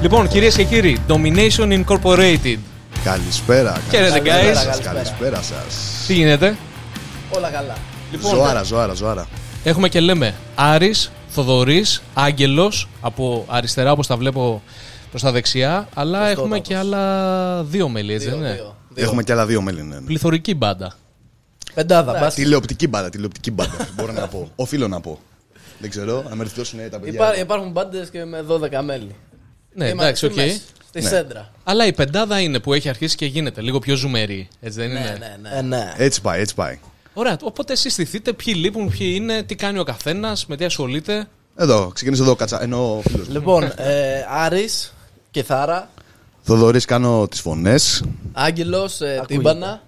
Λοιπόν, κυρίες και κύριοι, Domination Incorporated. Καλησπέρα. Χαίρετε, καλησπέρα guys. σας, Καλησπέρα σας. Τι γίνεται, Όλα καλά. Λοιπόν, Ζωάρα, ζωάρα, ζωάρα. έχουμε και λέμε Άρης, Θοδωρής, Άγγελος, από αριστερά όπως τα βλέπω προς τα δεξιά, αλλά έχουμε τόπος. και άλλα δύο μέλη, έτσι Δύο, δεν είναι. δύο, δύο. Έχουμε και άλλα δύο μέλη. ναι, ναι. Πληθωρική μπάντα. Πεντάδα, μπάσκετ. Τηλεοπτική μπάντα, τηλεοπτική μπάντα. Μπορώ να πω. Οφείλω να πω. Δεν ξέρω, αν με ρωτήσουν τα παιδιά. Υπά- υπάρχουν μπάντες και με 12 μέλη. Ναι, Είμαστε εντάξει, οκ. Ναι. στη μέση, Στη σέντρα. Αλλά η πεντάδα είναι που έχει αρχίσει και γίνεται λίγο πιο ζουμερή, έτσι δεν είναι. Ναι, ναι, ναι. Ε, ναι. Έτσι πάει, έτσι πάει. Ωραία, οπότε εσείς θυθείτε ποιοι λείπουν, ποιοι είναι, τι κάνει ο καθένας, με τι ασχολείται. Εδώ, ξεκίνησε εδώ, κάτσα. Ενώ ο φίλος. Λοιπόν, ε, Άρης, Κεθάρα, Θοδωρής, κάνω τις φωνές. Άγγελος, ε, Τύμπανα.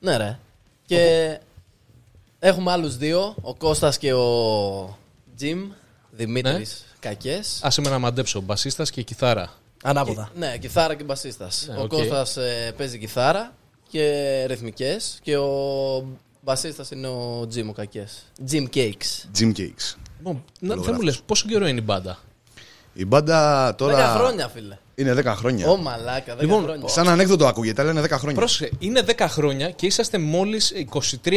Ναι, ρε. Και έχουμε άλλους δύο, ο Κώστας και ο Τζιμ. Δημήτρης Ναι. Κακές. Ας είμαι να μαντέψω, μπασίστας και κιθάρα. Ανάποδα. Ναι, κιθάρα και μπασίστας. ο οκ. Κώστας ε, παίζει κιθάρα και ρυθμικές και ο μπασίστας είναι ο Τζιμ ο Κακές. Jim Cakes. Jim Cakes. Λοιπόν, να, δεν μου Λογογράφος. λες πόσο καιρό είναι η μπάντα. Η μπάντα τώρα. 10 χρόνια, φίλε. Είναι 10 χρόνια. Ω μαλάκα, 10 Λοιπόν, χρόνια. Σαν ανέκδοτο ακούγεται, αλλά είναι 10 χρόνια. Ε. Πρόσεχε, είναι 10 χρόνια και είσαστε μόλις 23-24 Ναι,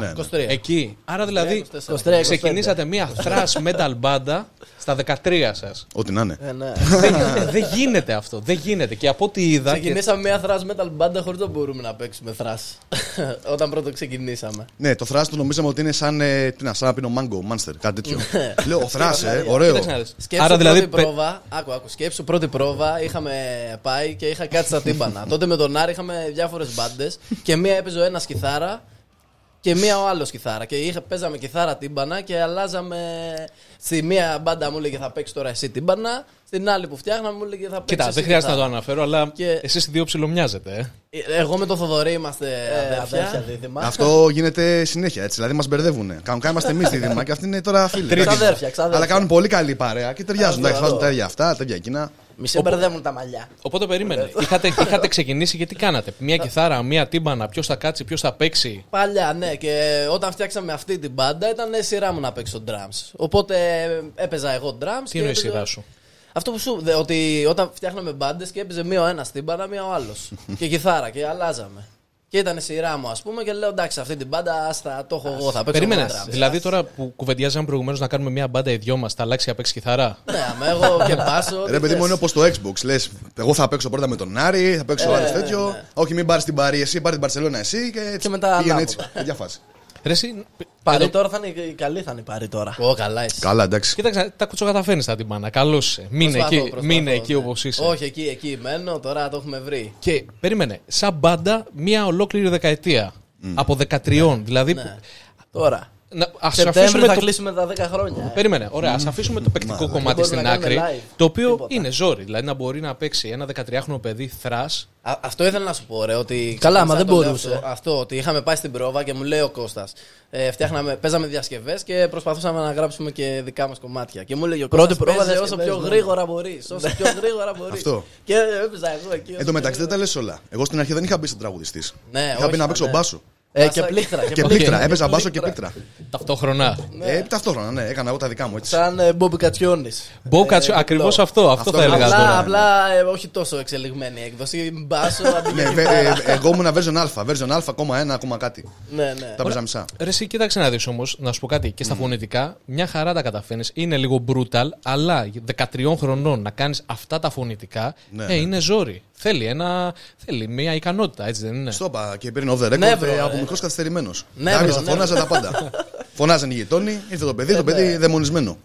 ναι. 23. εκεί. Άρα δηλαδή 23, 24. ξεκινήσατε μια thrash metal μπάντα στα 13 σας. Ό,τι να είναι. Ε, ναι. δεν γίνεται αυτό. Δεν γίνεται. Και από ό,τι είδα. Και... ξεκινήσαμε μια thrash metal μπάντα χωρίς να μπορούμε να παίξουμε thrash. Όταν πρώτο ξεκινήσαμε. Ναι, το θράσ το νομίζαμε ότι είναι σαν, ε, τι να, σαν να πίνω μάγκο, μάνστερ, κάτι τέτοιο. Λέω, ο θράσ, ε, ωραίο. Κοίταξε να δεις. Σκέψου Άρα δηλαδή. πρώτη πρόβα, άκου, άκου, σκέψου πρώτη πρόβα είχαμε πάει και είχα κάτι στα τύμπανα. Τότε με τον Άρη είχαμε διάφορες μπάντες και μία έπαιζε ο ένας κιθάρα και μία ο άλλος κιθάρα. Και είχα, παίζαμε κιθάρα τύμπανα και αλλάζαμε. Στη μία μπάντα μου έλεγε θα παίξει τώρα εσύ τύμπανα, στην άλλη που φτιάχναμε μου έλεγε θα παίξει. Κοίτα, δεν χρειάζεται να το αναφέρω, αλλά Και- εσείς οι δύο ψιλομοιάζετε. Ε. Εγώ με τον Θοδωρή είμαστε αδέρφια. Ε, αδέρφια δίδυμα. Αυτό γίνεται συνέχεια έτσι. Δηλαδή μας μπερδεύουν. Κανονικά είμαστε εμείς δίδυμα και αυτοί είναι τώρα φίλοι. Τρίτη. Εντάξει. Ξαδέρφια, ξαδέρφια. Αλλά κάνουν πολύ καλή παρέα και ταιριάζουν. Εδώ, Τα εκφράζουν εδώ. τα ίδια αυτά, τα ίδια εκείνα. Μη σε μπερδεύουν τα μαλλιά. Οπότε περίμενε. είχατε, είχατε ξεκινήσει και τι κάνατε. Μια κιθάρα, μια τύμπανα, ποιος θα κάτσει, ποιος θα παίξει. Παλιά, ναι, και όταν φτιάξαμε αυτή την μπάντα ήταν ε, σειρά μου να παίξω drums. Οπότε ε, έπαιζα εγώ drums. Τι και εννοεί η έπαιζε- σειρά σου. Αυτό που σου. δε- Ότι όταν φτιάχναμε μπάντες και έπαιζε μία ο ένας τύμπανα, μία ο άλλος. και κιθάρα και αλλάζαμε. Και ήταν η σειρά μου, ας πούμε, και λέω εντάξει, αυτή την μπάντα ας τα- το έχω εγώ. Θα παίξω Περίμενες. εγώ drums». Δηλαδή τώρα που κουβεντιάζαμε προηγουμένως να κάνουμε μια μπάντα οι δυο μας, θα αλλάξει να παίξει κιθάρα. Ναι, άμα εγώ και πάσω. Ρε τι παιδί μου θες. είναι όπως το Xbox. Λες, εγώ θα παίξω πρώτα με τον Άρη, θα παίξω ο Άρης τέτοιο. Όχι, μην πάρεις την Παρή, εσύ πάρει την Παρσελόνα εσύ και έτσι. Και μετά πήγαινε ανάποδα. έτσι. Τέτοια φάση. Ρε, εσύ, Ε, Πάρει εδώ- τώρα θα είναι η καλή, θα είναι πάρει τώρα. Ω, καλά είσαι. Καλά, εντάξει. Κοίταξε, τα κουτσοκαταφέρνει τα τυμπάνα. Καλώ είσαι. Μείνε Προσπαθώ, εκεί, προσπαθώ, μείνε ναι. εκεί όπως είσαι. Όχι, εκεί, εκεί μένω, τώρα το έχουμε βρει. Και περίμενε, σαν μπάντα μία ολόκληρη δεκαετία. Από 13. Δηλαδή. Ναι. Τώρα. Να, ας Σεπτέμβρη αφήσουμε θα το. κλείσουμε τα 10 χρόνια. ε. Περίμενε, ωραία, ας αφήσουμε το παικτικό κομμάτι μπορούμε στην να κάνουμε άκρη. live. Το οποίο Τίποτα. είναι ζόρι. Δηλαδή να μπορεί να παίξει ένα 13χρονο παιδί θρας Α, αυτό ήθελα να σου πω, ρε. Ότι Καλά, μα ξεκίνησα δεν να το λέω μπορούσε. Αυτό, αυτό, ότι είχαμε πάει στην πρόβα και μου λέει ο Κώστας. Ε, φτιάχναμε, παίζαμε διασκευές και προσπαθούσαμε να γράψουμε και δικά μας κομμάτια. Και μου λέει ο Πρώτη Κώστας, πρόβα «Παίζε όσο διασκευές, πιο ναι. γρήγορα μπορείς. Όσο πιο γρήγορα μπορείς. Αυτό. Και έπαιζα εγώ εκεί. Εν τω μεταξύ δεν τα λες όλα. Εγώ στην αρχή δεν είχα μπει σαν τραγουδιστής. Ναι, Είχα όχι, πει να μα, παίξω ναι. μπάσο. Ε, Πάσα- και πλήκτρα. Και πλήκτρα. πίκτρα. Έπαιζα μπάσο και πίκτρα. ταυτόχρονα. Ε, ταυτόχρονα, ναι, έκανα εγώ τα δικά μου έτσι. Σαν ε, Μπομπι Κατσιόνη. Μπόκατσο, ακριβώς αυτό, αυτό Αυτό θα έλεγα Απλά, τώρα. απλά ε, όχι τόσο εξελιγμένη έκδοση. Μπάσο, αντί ναι. Ναι, βε- ε, ε, εγώ ήμουν version α, version α,1 ακόμα κάτι. Ναι, ναι. Τα παίζα μισά. Ρε, εσύ κοίταξε να δεις όμως, να σου πω κάτι. Και στα φωνητικά, μια χαρά τα καταφέρνεις. Είναι λίγο brutal, αλλά 13 χρονών να κάνεις αυτά τα φωνητικά Ναι, ε, ναι. είναι ζόρι. Θέλει, ένα, θέλει μια ικανότητα, έτσι δεν είναι. Στο είπα και πήρε over record Νεύρο, ε, ε. από μικρός καθυστερημένος. Νεύρο, Άρχισα, νεύρο. φώναζα τα πάντα. Φωνάζαν οι γειτόνι, ήρθε το παιδί, το παιδί δαιμονισμένο.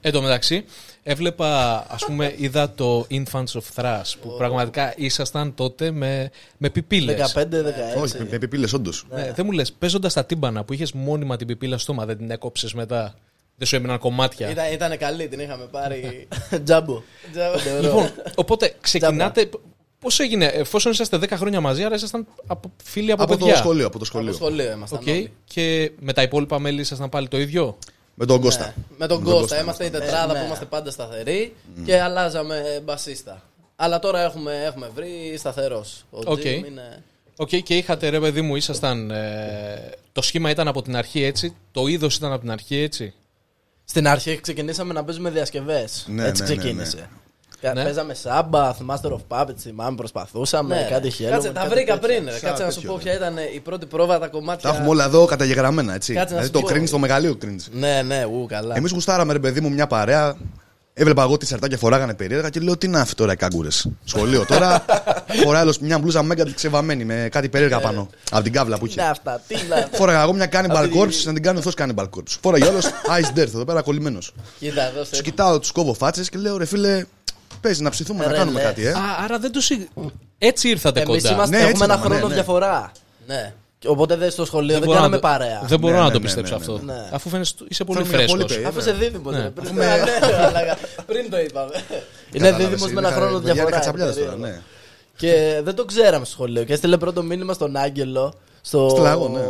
Εν τω μεταξύ, έβλεπα, ας πούμε, είδα το Infants of Thrash που πραγματικά ήσασταν τότε με, με πιπίλες. 15-16. Όχι, με επιπύλε, όντω. δεν μου λες, παίζοντας τα τύμπανα που είχες μόνιμα την πιπίλα στο στόμα, δεν την έκοψες μετά. Δεν σου έμειναν κομμάτια. Ήταν, ήτανε καλή, την είχαμε πάρει. Τζάμπο. Τζα- Λοιπόν, οπότε ξεκινάτε. Πώς έγινε, εφόσον είσαστε 10 χρόνια μαζί, άρα ήσασταν από, φίλοι από, Από το παιδιά. σχολείο, από το Από σχολείο. σχολείο ήμασταν. Οκ. όλοι. Και με τα υπόλοιπα μέλη ήσασταν πάλι το ίδιο. Με τον Κώστα. Ναι. Με τον Κώστα. Είμαστε η τετράδα Ναι. που είμαστε πάντα σταθεροί και αλλάζαμε μπασίστα. Αλλά τώρα έχουμε, έχουμε βρει σταθερός. Ο Οκ. Jim είναι. Οκ, και είχατε ρε παιδί μου, ήσασταν. ε, το σχήμα ήταν από την αρχή έτσι. Το είδος ήταν από την αρχή έτσι. Στην αρχή ξεκινήσαμε να παίζουμε διασκευές. Ναι, Έτσι ναι, ναι, ναι. ξεκίνησε. Κα- Ναι. Παίζαμε Σάμπαθ, Master of Puppets, θυμάμαι, προσπαθούσαμε. Ναι, κάτι ρε. χέλο. Κάτσε, τα βρήκα πριν. ρε. Σαν Κάτσε να σου τέτοιο, πω ρε. ποια ήταν η πρώτη πρόβα, τα κομμάτια. Τα έχουμε όλα εδώ καταγεγραμμένα, έτσι. Ναι. Κάτσε να δηλαδή σου το πω. cringe, το μεγαλείο cringe. Ναι, ναι, ου, καλά. Εμείς γουστάραμε, ρε παιδί μου, μια παρέα. Έβλεπα εγώ τι σαρτάκια φοράγανε περίεργα και λέω: Τι να αυτό τώρα οι κάγκουρες. Σχολείο τώρα. Φοράει άλλος μια μπλούζα μέγα ξεβαμένη με κάτι περίεργα πάνω. Από την κάβλα που Ναι, Τι είναι είχε. Ναι, αυτά, τι είναι αυτά. Φόραγα εγώ μια Cannibal Αυτή- Corpse, να την κάνω αυτό Cannibal Corpse. Φόραγε όλος Ice Death εδώ πέρα κολλημένος. Κοίτα, Του δώσε. κοιτάω, τους κόβω φάτσες και λέω: Ρε φίλε, παίζει να ψηθούμε να Ρε, κάνουμε ναι. λες. κάτι, ε. Α, άρα δεν τους. Έτσι ήρθατε Εμείς κοντά. Ναι, έτσι έχουμε ένα ήταν, ναι, χρόνο ναι. διαφορά. Ναι. Οπότε δεν στο σχολείο δεν μπορώ να κάναμε το- παρέα. Δεν μπορώ Ναι, να ναι, το ναι, πιστέψω ναι, ναι. αυτό. Ναι. Αφού φαίνεσαι, είσαι πολύ Φαίνομαι φρέσκος. πολύ παιδί. Αφού βέβαια. σε δίδυμο. Ναι. ρε, πριν- Έχουμε- Ναι, ναι, μαλάκα. Πριν το είπαμε. Είναι Κατάλαβες, δίδυμος με είναι ένα χα- χρόνο παιδιά, είναι διαφορά. χατσαπλιάδες είναι τώρα, περίεργο. ναι. Και δεν το ξέραμε στο σχολείο. Και έστειλε πρώτο μήνυμα στον Άγγελο στο, Στο λαγό, ναι.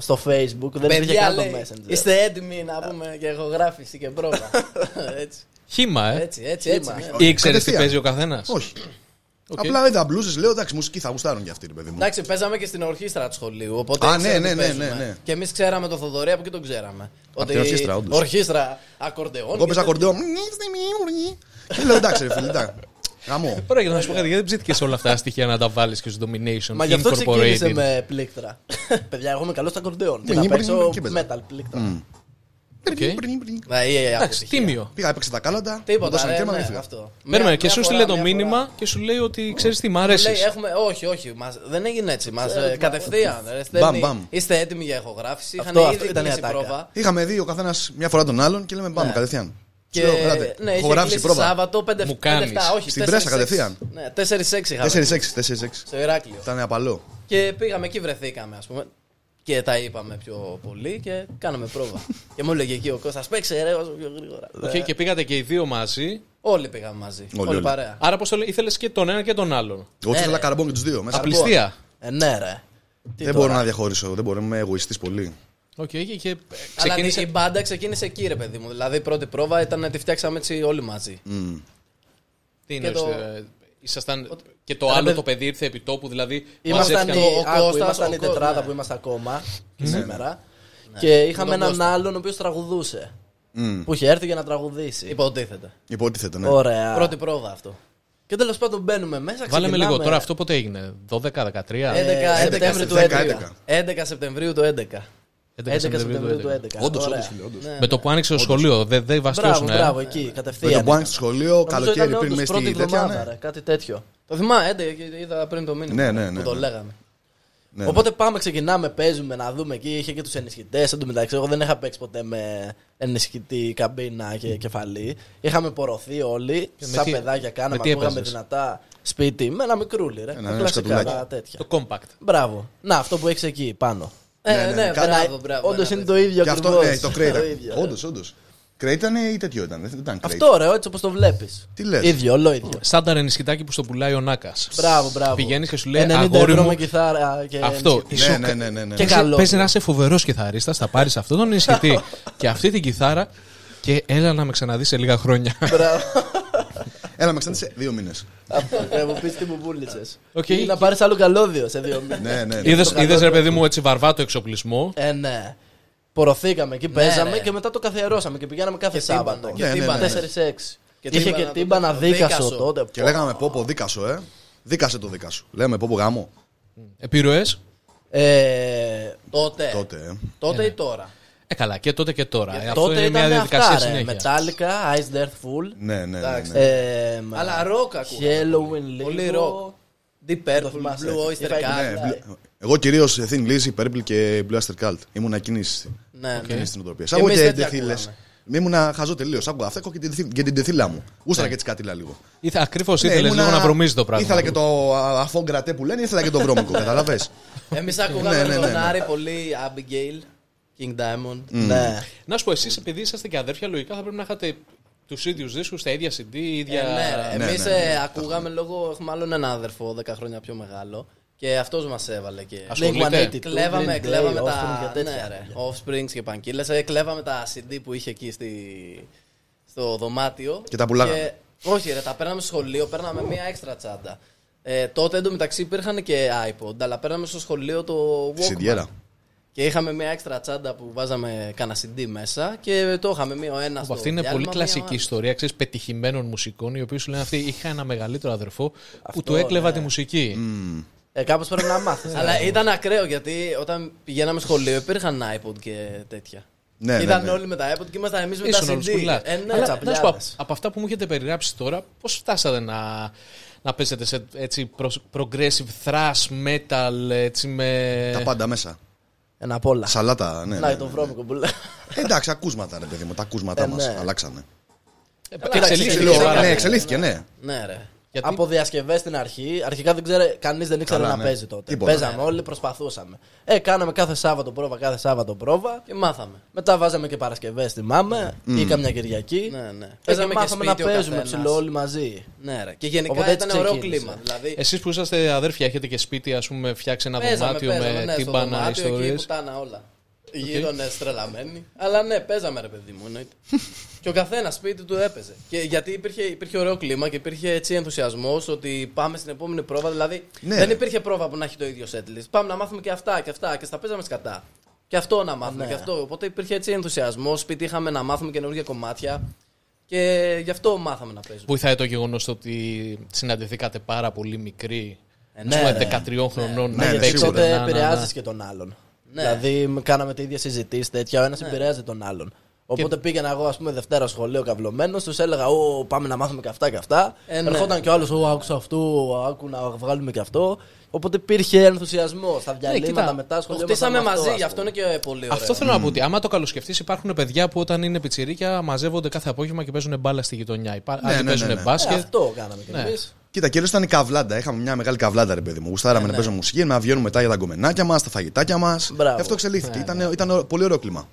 στο Facebook. Δεν υπήρχε Παιδιά, καν το λέει, Messenger. είστε έτοιμοι να πούμε και ηχογράφηση και πρόβα. έτσι, Χήμα, ε. έτσι, έτσι, έτσι. Χήμα. Ήξερε τι Κατευθείαν. παίζει ο καθένας. Όχι. Απλά είδα μπλούζες, λέω εντάξει, μουσική θα γουστάρουν κι αυτοί, ρε παιδί μου. Εντάξει, παίζαμε και στην ορχήστρα του σχολείου. Οπότε Α, ναι, ήξερα τι ναι, ναι, παίζουμε. ναι, ναι. Και εμείς ξέραμε το Θοδωρή, από εκεί τον ξέραμε. Ότι την ορχήστρα, όντως. Ορχήστρα, ακορντεόν. Εγώ παίζα και τέτοια. κορντεό. Και λέω εντάξει, ρε φίλε, εντάξει. Γαμό. Τώρα για να σου πω κάτι, γιατί δεν ψήθηκες όλα αυτά τα στοιχεία να τα βάλεις και στο Domination Μα γι' αυτό ξεκίνησε με πλήκτρα. Παιδιά, εγώ είμαι καλός στα ακορντεόν. Και Ναι, να είναι πολύ- παίξω και παίζα. metal πλήκτρα. Ναι, η- η Εντάξει, αποτυχία. τίμιο. Πήγα, έπαιξα τα κάλαντα. μου Τίποτα. δώσανε Ρε, κέρμα, ναι, δεν φύγα. αυτό. Παίρνουμε Μια- και σου μια στείλε φορά, το μια φορά. μήνυμα και σου λέει ότι ξέρεις τι, μ' αρέσει. Λέει, έχουμε, όχι, όχι, μας, δεν έγινε έτσι. Μας, ε, κατευθείαν. ρε, στέλνει, Μπαμ, μπαμ. Είστε έτοιμοι για ηχογράφηση. Αυτό- Είχαν ήδη αυτό ήταν η κλείσει ατάκα. πρόβα. Ναι. Είχαμε δει ο καθένας μια φορά τον άλλον και λέμε πάμε κατευθείαν. Και Σου λέω, «Ελάτε, ναι, έχω είχε γράψει κλείσει πρόβα. Σάββατο 5 Μου κάνεις. όχι. Στην 4-6. Πρέσσα κατευθείαν. Ναι, 4-6 είχαμε. 4-6, 4-6. Στο Ηράκλειο. Ήταν απαλό. Και πήγαμε εκεί, βρεθήκαμε, ας πούμε. Και τα είπαμε πιο πολύ και κάναμε πρόβα. και μου έλεγε εκεί ο Κώστας, παίξε ρε, όσο πιο γρήγορα. Οκ, και πήγατε και οι δύο μαζί. Ναι. Όλοι πήγαμε μαζί. Όλοι, Όλοι, όλοι. παρέα. Άρα, πώς το λέει, ήθελες και τον ένα και τον άλλον. Εγώ Ναι, ήθελα ρε. καρμπόν και τους δύο μέσα. Απληστία. Ε, Λοιπόν, ναι, ρε. Τι Δεν τώρα. μπορώ να διαχωρίσω, δεν μπορώ, είμαι εγωιστής πολύ. Οκ, και- και Αλλά ναι, η ξεκίνησε. μπάντα ξεκίνησε εκεί, ρε παιδί μου. Δηλαδή η πρώτη πρόβα ήταν να τη φτιάξαμε έτσι όλοι μαζί. Τι και εννοείς, το- ε, ήσασταν- Και το άλλο παιδί- το παιδί ήρθε επί τόπου, δηλαδή. Ήμασταν μαζεύτηκαν- η, ο άκου, Κώστας, ήμασταν ο η Κώ- τετράδα ναι. που είμαστε ακόμα και σήμερα. Και είχαμε τον έναν Κώστα. άλλον ο οποίος τραγουδούσε. Που είχε έρθει για να τραγουδήσει. Υποτίθεται. Υποτίθεται, ναι. Ωραία. Πρώτη πρόβα αυτό. Και τέλος πάντων μπαίνουμε μέσα. Βάλαμε ξεκινάμε. λίγο τώρα, αυτό πότε έγινε, ε, 12-13. 11 Ε, 11 Σεπτεμβρίου του 11. 11. 11 Σεπτεμβρίου του 11. 11 Σεπτεμβρίου του 11. Όντως, Ωραία. όντως, φίλε, όντως. Με το που άνοιξε το σχολείο, δεν δε Μπράβο, βαστιώσουν. ε. μπράβο, εκεί Με τον κατευθείαν. που άνοιξε το σχολείο, Νομίζω καλοκαίρι ήταν πριν όντως μέσα πρώτη στη τέτοια. εβδομάδα, ναι. ρε, κάτι τέτοιο. Το θυμάμαι, 11 είδα πριν το μήνυμα Ναι, ναι, ναι, που το ναι. λέγαμε. Ναι, ναι. Οπότε πάμε, ξεκινάμε, παίζουμε να δούμε εκεί. Είχε και τους ενισχυτές. Εν τω μεταξύ, εγώ δεν είχα παίξει ποτέ με ενισχυτή καμπίνα και κεφαλή. Είχαμε πορωθεί όλοι. Και με Σαν τι- παιδάκια με κάναμε, τι ακούγαμε έπαιζες? δυνατά σπίτι με ένα μικρούλι. Ρε, Ένα- τα ένα κλασικά σκατουλάκι. τα τέτοια. Το compact. Μπράβο. Να, αυτό που έχεις εκεί πάνω. Ναι, Ε, ναι, ναι, ναι. μπράβο, μπράβο. Όντως ένα είναι τέτοιο. το ίδιο Και αυτό, ακριβώς. ναι, το κρέιτα. Το ίδιο, ρε. Όντως, όντως. Κρέιτα είναι ή τέτοιο ήταν. Δεν ήταν κρέιτα. Αυτό ωραίο, έτσι όπως το βλέπεις. Τι λες? ίδιο, όλο ίδιο. Σαν τα ρενισχυτάκι που στο πουλάει ο Νάκας. Μπράβο, μπράβο. Πηγαίνεις και σου λέει, 90 «Αγόρι ευρώ μου». με κιθάρα και Αυτό. ενισχυτή. η σούκα. Ναι, ναι, ναι, ναι, ναι. Και Παίζει- καλό. Παίζει να είσαι φοβερός κιθαρίστας, θα πάρεις αυτόν τον ενισχυτή και αυτή την κιθάρα και έλα να με ξαναδείς σε λίγα χρόνια. Μπράβο. Έλα, με ξανά σε δύο μήνες. Αυτό, ρε, μου πεις τι μου βούλησες. Οκ. Ή να πάρεις άλλο καλώδιο σε δύο μήνες. Ναι, ναι. ναι. Είδες, είδες, ρε παιδί μου έτσι βαρβάτο εξοπλισμό. Ε, ναι. Πορωθήκαμε εκεί, παίζαμε ρε. και μετά το καθιερώσαμε και πηγαίναμε κάθε Και Σάββατο. τύμπανα, και Ναι, ναι, τύμπανα. ναι. 4-6. Και Είχε τύμπανα και το- τύμπανα το δίκασο δίκασο. τότε. Και λέγαμε πω πω δίκασο, ε. Δίκασε το δίκασο. Λέμε πω πω γάμο. Επιρροές. Ε, Τότε. Τότε, ε. Τότε ή τώρα. Ε, καλά, και τότε και τώρα. Ε, Αυτό τότε είναι μια ήταν διαδικασία αυτά, ρε. συνέχειας. Metallica, Ice Death Full. Ναι, ναι, ναι. ναι. ε, Αλλά ροκ ακούγαμε. Halloween λίγο. Πολύ ροκ. Deep Purple, θυμάσαι. Blue Oyster Υπάρχει, Ναι, Cult. Blue- Εγώ κυρίως Thin Lizzy, Purple και Blue Aster Cult. Ήμουν εκείνη στην Ναι, ναι. εκείνη στην οτροπία. Εμείς Σαν και δεν τα εντεθύλε. ακούγαμε. Ήμουνα χαζό τελείως. Άκουγα αυτά και την τυθ- και την τεθύλα μου. Ούσταρα και έτσι κάτι λίγο. Ήθε, ακριβώς Ναι, ήθελες ήμουνα- λίγο να βρωμίζει το πράγμα. Ήθελα και το α, αφόν κρατέ που λένε, ήθελα και το βρώμικο. Καταλαβέ. Εμείς Ναι, ακούγαμε ναι, Mm. ναι, τον ναι. Άρη πολύ, Abigail, King Diamond. Ναι. Να σου πω, εσείς επειδή είσαστε και αδέρφια, λογικά θα πρέπει να είχατε τους ίδιους δίσκους, τα ίδια CD, ίδια. Ε, ναι, ρε. Ναι, Εμείς ναι, ναι, ε, ναι. ακούγαμε λόγω, έχουμε άλλον ένα αδερφό 10 χρόνια πιο μεγάλο και αυτός μας έβαλε και... Ας- Blink Ασχολείται. 182, Κλέβαμε, Green Day, κλέβαμε Offspring τα. και τέτοια. Ναι, ρε. Offsprings και πανκύλε. Ε, κλέβαμε τα CD που είχε εκεί στη... στο δωμάτιο. Και τα πουλάγαμε. Όχι, ρε, τα παίρναμε στο σχολείο, παίρναμε μία έξτρα τσάντα. Ε, τότε εντωμεταξύ υπήρχαν και iPod, αλλά παίρναμε στο σχολείο το Walkman. Συντιέρα. Και είχαμε μια έξτρα τσάντα που βάζαμε κανένα CD μέσα και το είχαμε μία ο ένας. Που αυτή είναι πολύ κλασική ιστορία ξέρεις, πετυχημένων μουσικών, οι οποίοι σου λένε αυτοί είχα ένα μεγαλύτερο αδερφό που Αυτό, του έκλεβα ναι. τη μουσική. Ε, Κάπως πρέπει να ναι. μάθει. Αλλά ήταν ακραίο γιατί όταν πηγαίναμε σχολείο υπήρχαν iPod και τέτοια. Ναι, ναι, ήταν ναι. όλοι με τα iPod και ήμασταν εμείς με Ήσουν τα old CD. school. Ε, ναι, Αλλά να σου πω, τσαπλιάδες. από αυτά που μου έχετε περιγράψει τώρα, πώς φτάσατε να, να παίζετε σε έτσι, pro- progressive thrash metal έτσι, με. Τα πάντα μέσα. Ένα απ' όλα. Σαλάτα, ναι. ναι, Να ναι. το βρώμικο που λέω. Εντάξει, ακούσματα ρε παιδί μου, τα ακούσματά Ε, μας ναι. αλλάξανε. Ε, Κοίταξε, εξελίχθηκε λέω, και πάρα Ναι, πολύ. εξελίχθηκε, ναι. Ναι, ρε. Γιατί- Από διασκευές στην αρχή, αρχικά δεν ξέρε, κανείς δεν ήξερε Καλά, να ναι. παίζει τότε. Τίποτα. Παίζαμε όλοι, προσπαθούσαμε. Ε, κάναμε κάθε Σάββατο πρόβα, κάθε Σάββατο πρόβα. Και μάθαμε. Μετά βάζαμε και Παρασκευές, θυμάμαι, Mm. ή καμιά Κυριακή. Ναι, ναι. Παίζαμε και μάθαμε να σπίτι ο παίζουμε καθένας. ψηλό όλοι μαζί. Ναι, ρε. Και γενικά Οπότε έτσι ήταν ωραίο ξεκίνησε. κλίμα. Δηλαδή, Εσείς που είσαστε αδέρφια, έχετε και σπίτι, ας πούμε, φτιάξει ένα δωμάτιο με ναι, στο τύμπανα δωμάτιο, ιστορίε. Εκεί πουτάνα όλα. Οι Γείτονε στρελαμένοι. Αλλά ναι, παίζαμε ρε παιδί μου, εννοείται. και ο καθένας σπίτι του έπαιζε. Και γιατί υπήρχε, υπήρχε ωραίο κλίμα και υπήρχε έτσι ενθουσιασμός ότι πάμε στην επόμενη πρόβα. Δηλαδή Ναι, δεν ρε. υπήρχε πρόβα που να έχει το ίδιο setlist. Πάμε να μάθουμε και αυτά και αυτά και στα παίζαμε σκατά. Και αυτό να μάθουμε και αυτό. Οπότε υπήρχε έτσι ενθουσιασμός. Σπίτι είχαμε να μάθουμε καινούργια κομμάτια. Και γι' αυτό μάθαμε να παίζουμε. Βοηθάει το γεγονός ότι συναντηθήκατε πάρα πολύ μικροί. Ε, Ε, ναι, ναι, ρε. 13 χρονών Ναι, να ναι, Γιατί παίξετε. σίγουρα. τότε Ε, να, να, να. επηρεάζει και τον άλλον. Ναι. Δηλαδή, μ, κάναμε τα ίδια συζητήσει τέτοια, ο ένας επηρέαζε τον άλλον. Οπότε πήγαινα εγώ, ας πούμε, Δευτέρα σχολείο καυλωμένο, τους έλεγα: Ω, πάμε να μάθουμε και αυτά και αυτά. Ε, ναι. Ερχόταν και ο άλλος: Ω, άκουσα αυτό, άκου να βγάλουμε και αυτό. Οπότε υπήρχε ενθουσιασμό στα διαλύματα κοίτα, μετά Το σχολείο. χτίσαμε μάθαμε μαζί, ας γι' αυτό είναι πούμε. και πολύ ωραίο. Αυτό θέλω να πω ότι άμα το καλοσκεφτείς, υπάρχουν παιδιά που όταν είναι πιτσιρίκια μαζεύονται κάθε απόγευμα και παίζουν μπάλα στη γειτονιά. Υπά... Ναι, άλλοι ναι, ναι, παίζουν ναι. Ε, μπάσκετ. αυτό κάναμε κι Ναι. εμείς. Κοίτα, κυρίω ήταν η καβλάντα. Είχαμε μια μεγάλη καβλάντα, ρε παιδί μου. Γουστάραμε να παίζουμε μουσική, να βγαίνουμε μετά για τα γκομενάκια μας, τα φαγητάκια μας. Μπράβο. Αυτό εξελίχθηκε. Ήταν, ήταν πολύ ωραίο κλίμα.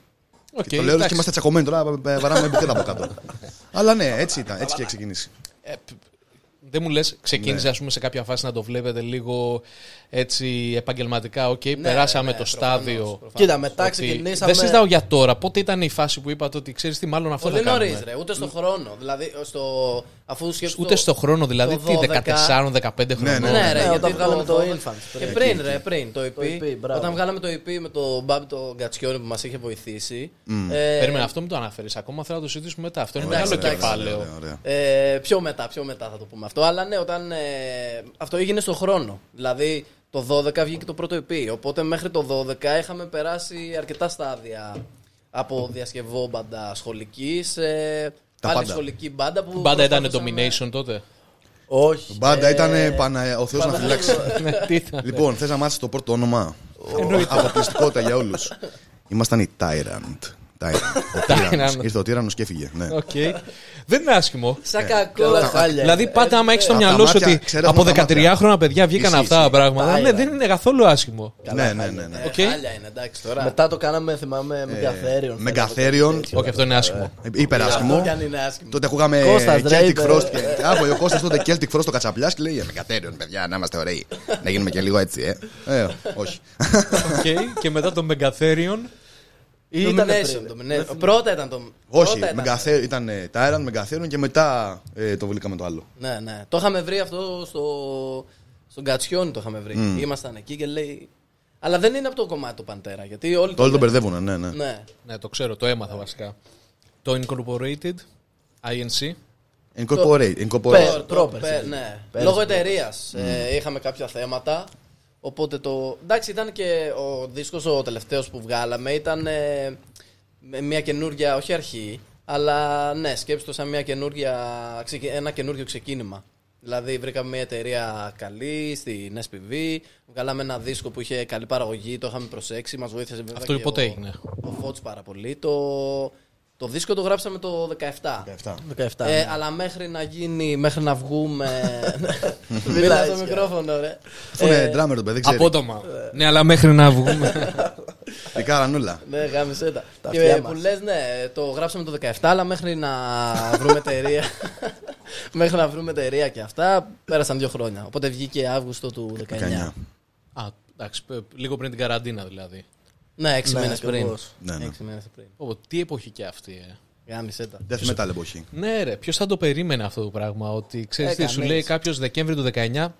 Οκ, Και το λέω λες εντάξει. και είμαστε τσακωμένοι τώρα, ε, βαράμε μπουκέτα από κάτω. Αλλά ναι, έτσι ήταν, έτσι και ξεκινήσει. Δεν μου λες, ξεκίνησε Ναι. ας πούμε, σε κάποια φάση να το βλέπετε λίγο έτσι επαγγελματικά. Οκ, περάσαμε το στάδιο. Κοίτα, μετά Ότι- ξεκινήσαμε. Δεν συζητάω για τώρα. Πότε ήταν η φάση που είπατε ότι ξέρεις τι, μάλλον αυτό Πολύ θα κάνουμε. νωρίς, ρε. Ούτε στο χρόνο. Δηλαδή, στο... αφού σκέφτεσαι. Ούτε στο χρόνο, δηλαδή το τι, 12. 14-15 Ναι, χρονών. Ναι, Ναι, ρε, όταν γιατί βγάλαμε το 12 Infants, Και πριν. ε, πριν, ρε, πριν το EP. EP, μπράβο. όταν βγάλαμε το EP με τον Μπάμπη τον Γκατσιόνι που μας είχε βοηθήσει. Ε, Περίμενα, αυτό μην το αναφέρεις. Ακόμα θέλω να το συζητήσουμε μετά. Αυτό είναι Εντάξει, μεγάλο εντάξει, κεφάλαιο. Ωραία, ωραία. Ε, πιο μετά, πιο μετά θα το πούμε αυτό. Αλλά ναι, όταν. Ε, αυτό έγινε στο χρόνο. Δηλαδή, το 12 βγήκε το πρώτο EP. Οπότε μέχρι το 12 είχαμε περάσει αρκετά στάδια από διασκευό μπάντα σχολική σε Τα πάλι πάντα. σχολική μπάντα που. Μπάντα ήταν προσπαθούσαμε- domination τότε. Όχι. Μπάντα ε, ήταν πανα... ο Θεός να φυλάξει. Ναι, τι ήταν. λοιπόν, θες να μάθεις το πρώτο όνομα. Αποκλειστικότητα για όλους. Ήμασταν οι Tyrant. Tyrant. Ο Τύραννος. Tyrant. Ήρθε ο Τύραννο και έφυγε. ναι. Οκ. Δεν είναι άσχημο. Σαν Καλά κακό. χάλια. Δηλαδή, πάντα άμα έχεις στο απ' Ε, τα μυαλό σου μάτια, ότι ξέραμε από απ' τα 13 μάτια. χρόνια παιδιά βγήκαν Ισχύει, αυτά τα πράγματα. Τα Ναι, είδα. δεν είναι καθόλου άσχημο. Ναι, ναι, ναι. ναι. Οκ. Ε, Χάλια είναι, εντάξει τώρα. Μετά το κάναμε, θυμάμαι, με καθέριον. με καθέριον. Όχι, αυτό είναι Ε, άσχημο. Υπεράσχημο. Αυτό κι αν είναι άσχημο. Τότε ακούγαμε Κώστας, ρε, Celtic είπε. Frost. και- Άκουγε ο Κώστας τότε Celtic Frost το κατσαπλιάς και λέει «Ε, Με κατέριον, παιδιά, να είμαστε ωραίοι. Να γίνουμε και λίγο έτσι, ε. Ε, όχι. ε. Οκ. Και μετά το Megatherion. Ήταν Domination, domination. Ναι, Πρώτα ήταν το. Όχι, πρώτα ήταν- Μεγαθέ- ήταν ε, Tyrant, Μεγαθέριον και μετά ε, το βρήκαμε το άλλο. Ναι, ναι. Το είχαμε βρει αυτό στο... στον Κατσιόνι το είχαμε βρει. Ήμασταν εκεί και λέει. Αλλά δεν είναι από το κομμάτι του Παντέρα. Γιατί όλοι Το όλο τον λένε. μπερδεύουν, ναι, ναι. Ναι. Ναι, το ξέρω, το έμαθα βασικά. Το Incorporated, INC. Incorporate. Πες. incorporate. Το- πρόπερση. πε- ναι. Λόγω εταιρεία είχαμε κάποια θέματα. Οπότε το. Εντάξει, ήταν και ο δίσκος ο τελευταίος που βγάλαμε. Ήταν ε, με μια καινούργια, όχι αρχή, αλλά ναι, σκέψτε το σαν μια καινούργια, ξεκι- ένα καινούργιο ξεκίνημα. Δηλαδή, βρήκαμε μια εταιρεία καλή στην SPV. Βγάλαμε ένα δίσκο που είχε καλή παραγωγή, το είχαμε προσέξει, μας βοήθησε βέβαια. Αυτό και πότε ο- έγινε? Ο Φώτς πάρα πολύ. Το, το δίσκο το γράψαμε το 17. 17. 17. Ε, Αλλά μέχρι να γίνει, μέχρι να βγούμε. Μίλα Μιλάς στο για. μικρόφωνο, ρε. Αφού είναι drummer το παιδί, ξέρεις. Απότομα. Ναι, αλλά μέχρι να βγούμε. Η καρανούλα. Ναι, γάμισε τα. Τα Και αυτιά που μας. λες, ναι, το γράψαμε το 17, αλλά μέχρι να βρούμε εταιρεία. μέχρι να βρούμε εταιρεία και αυτά, πέρασαν δύο χρόνια. Οπότε βγήκε Αύγουστο του 19. 19. Α, εντάξει, πε- λίγο πριν την καραντίνα δηλαδή. Ναι, έξι Ναι, μήνες πριν. ακριβώς. Ναι, ναι. Έξι μήνες πριν. Ω, τι εποχή και αυτή, ε. Γάμισε τα. Death metal εποχή. Ναι, ρε, ποιος θα το περίμενε αυτό το πράγμα. Ότι ξέρεις Ε, τι, σου κανείς. λέει κάποιος Δεκέμβρη του 19,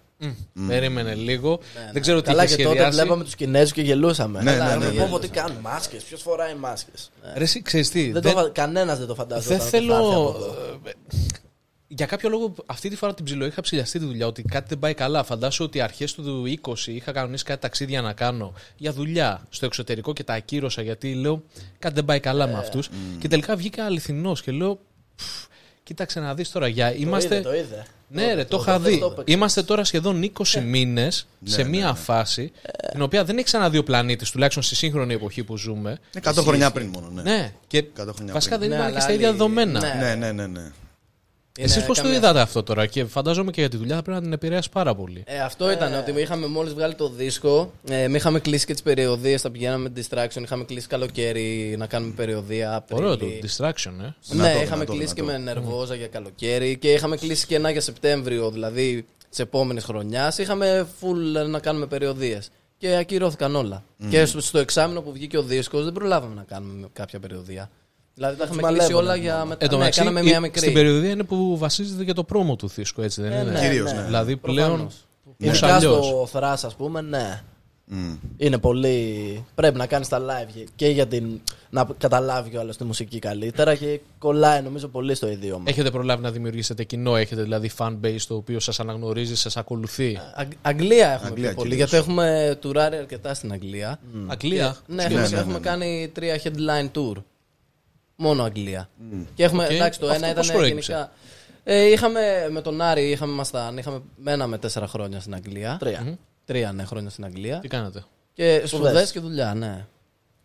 Περίμενε λίγο. Δεν ξέρω τι Καλά είχε και τότε σχεδιάσει. βλέπαμε τους Κινέζους και γελούσαμε. Ναι, Καλά, ναι, λέμε, ναι, Πω, ναι. πω, τι κάνουν μάσκες. Ποιος φοράει μάσκες. Ρε, εσύ, ξέρεις τι, Δεν δεν- Κανένας δεν το φαντάζεται. Δεν θέλω. ε, Για κάποιο λόγο, αυτή τη φορά την ψηλό είχα ψηλιαστεί τη δουλειά ότι κάτι δεν πάει καλά. Φαντάσου ότι αρχές του 20 είχα κανονίσει κάτι ταξίδια να κάνω για δουλειά στο εξωτερικό και τα ακύρωσα γιατί λέω κάτι δεν πάει καλά Ε, με αυτού. Και τελικά βγήκα αληθινός και λέω. «Πφ, Κοίταξε να δεις τώρα. Για... είμαστε... Το είδε. Ναι, ρε, το το- είχα το- Ε. Ναι, δει. το έπαιξες. Είμαστε τώρα σχεδόν 20 μήνε σε μία φάση Ε. την οποία δεν έχει ξαναδεί ο πλανήτης, τουλάχιστον στη σύγχρονη εποχή που ζούμε. 100 χρόνια πριν μόνο, ναι. Ναι, και Εκατό χρόνια βασικά πριν. δεν Ναι, ήταν και αλλά στα ίδια άλλοι- δεδομένα. ναι. Ναι, ναι, ναι. ναι. Εσείς Είναι πώς το ναι, καμία- είδατε αυτό τώρα, και φαντάζομαι και για τη δουλειά θα πρέπει να την επηρέασει πάρα πολύ. Ε, αυτό ήταν ότι είχαμε μόλις βγάλει το δίσκο. Ε, με είχαμε κλείσει και τις περιοδίες. Τα πηγαίναμε με distraction. Είχαμε κλείσει καλοκαίρι να κάνουμε περιοδία. Απρίλη. Ωραίο το distraction, ε. Ναι, Δυνατό, είχαμε δυνατό, κλείσει και με δυνατό. νερβόζα για καλοκαίρι και είχαμε κλείσει και ένα για Σεπτέμβριο, δηλαδή τη επόμενη χρονιάς. Είχαμε full να κάνουμε περιοδίες. Και ακυρώθηκαν όλα. Και στο, στο εξάμεινο που βγήκε ο δίσκος δεν προλάβαμε να κάνουμε κάποια περιοδία. Δηλαδή τα είχαμε κλείσει μαλεύουνε όλα για μετά. Εν τω ναι, μεταξύ, κάναμε Ε, η- μία μικρή. στην περιοδία είναι που βασίζεται για το πρόμο του θύσκου, έτσι δεν είναι. ναι, Κυρίως, ναι. Δηλαδή πλέον. Προφανώς. Πώ Ειδικά αλλιώς. στο Θρά, ας πούμε, ναι. Μμ. Είναι πολύ. Πρέπει να κάνεις τα live και για την... να καταλάβει ο άλλος τη μουσική καλύτερα και κολλάει νομίζω πολύ στο ιδίωμα. Ε, Έχετε προλάβει να δημιουργήσετε κοινό, έχετε δηλαδή fan base το οποίο σας αναγνωρίζει, σας ακολουθεί. Αγ- Αγγλία έχουμε Αγγλία πιο πολύ, κυρίως. Mm. γιατί έχουμε τουράρει αρκετά στην Αγγλία. Αγγλία. Ναι, έχουμε, ναι, ναι, έχουμε ναι. κάνει τρία headline tour. Μόνο Αγγλία. Mm. Και έχουμε, Οκ. εντάξει, το Αυτό ένα πώς ήταν προέκυψε? γενικά. Ε, είχαμε με τον Άρη, είχαμε μασταν, είχαμε μένα με τέσσερα χρόνια στην Αγγλία. Τρία. Τρία, ναι, χρόνια στην Αγγλία. Τι κάνατε. Και Σπουδές. σπουδές και δουλειά, ναι.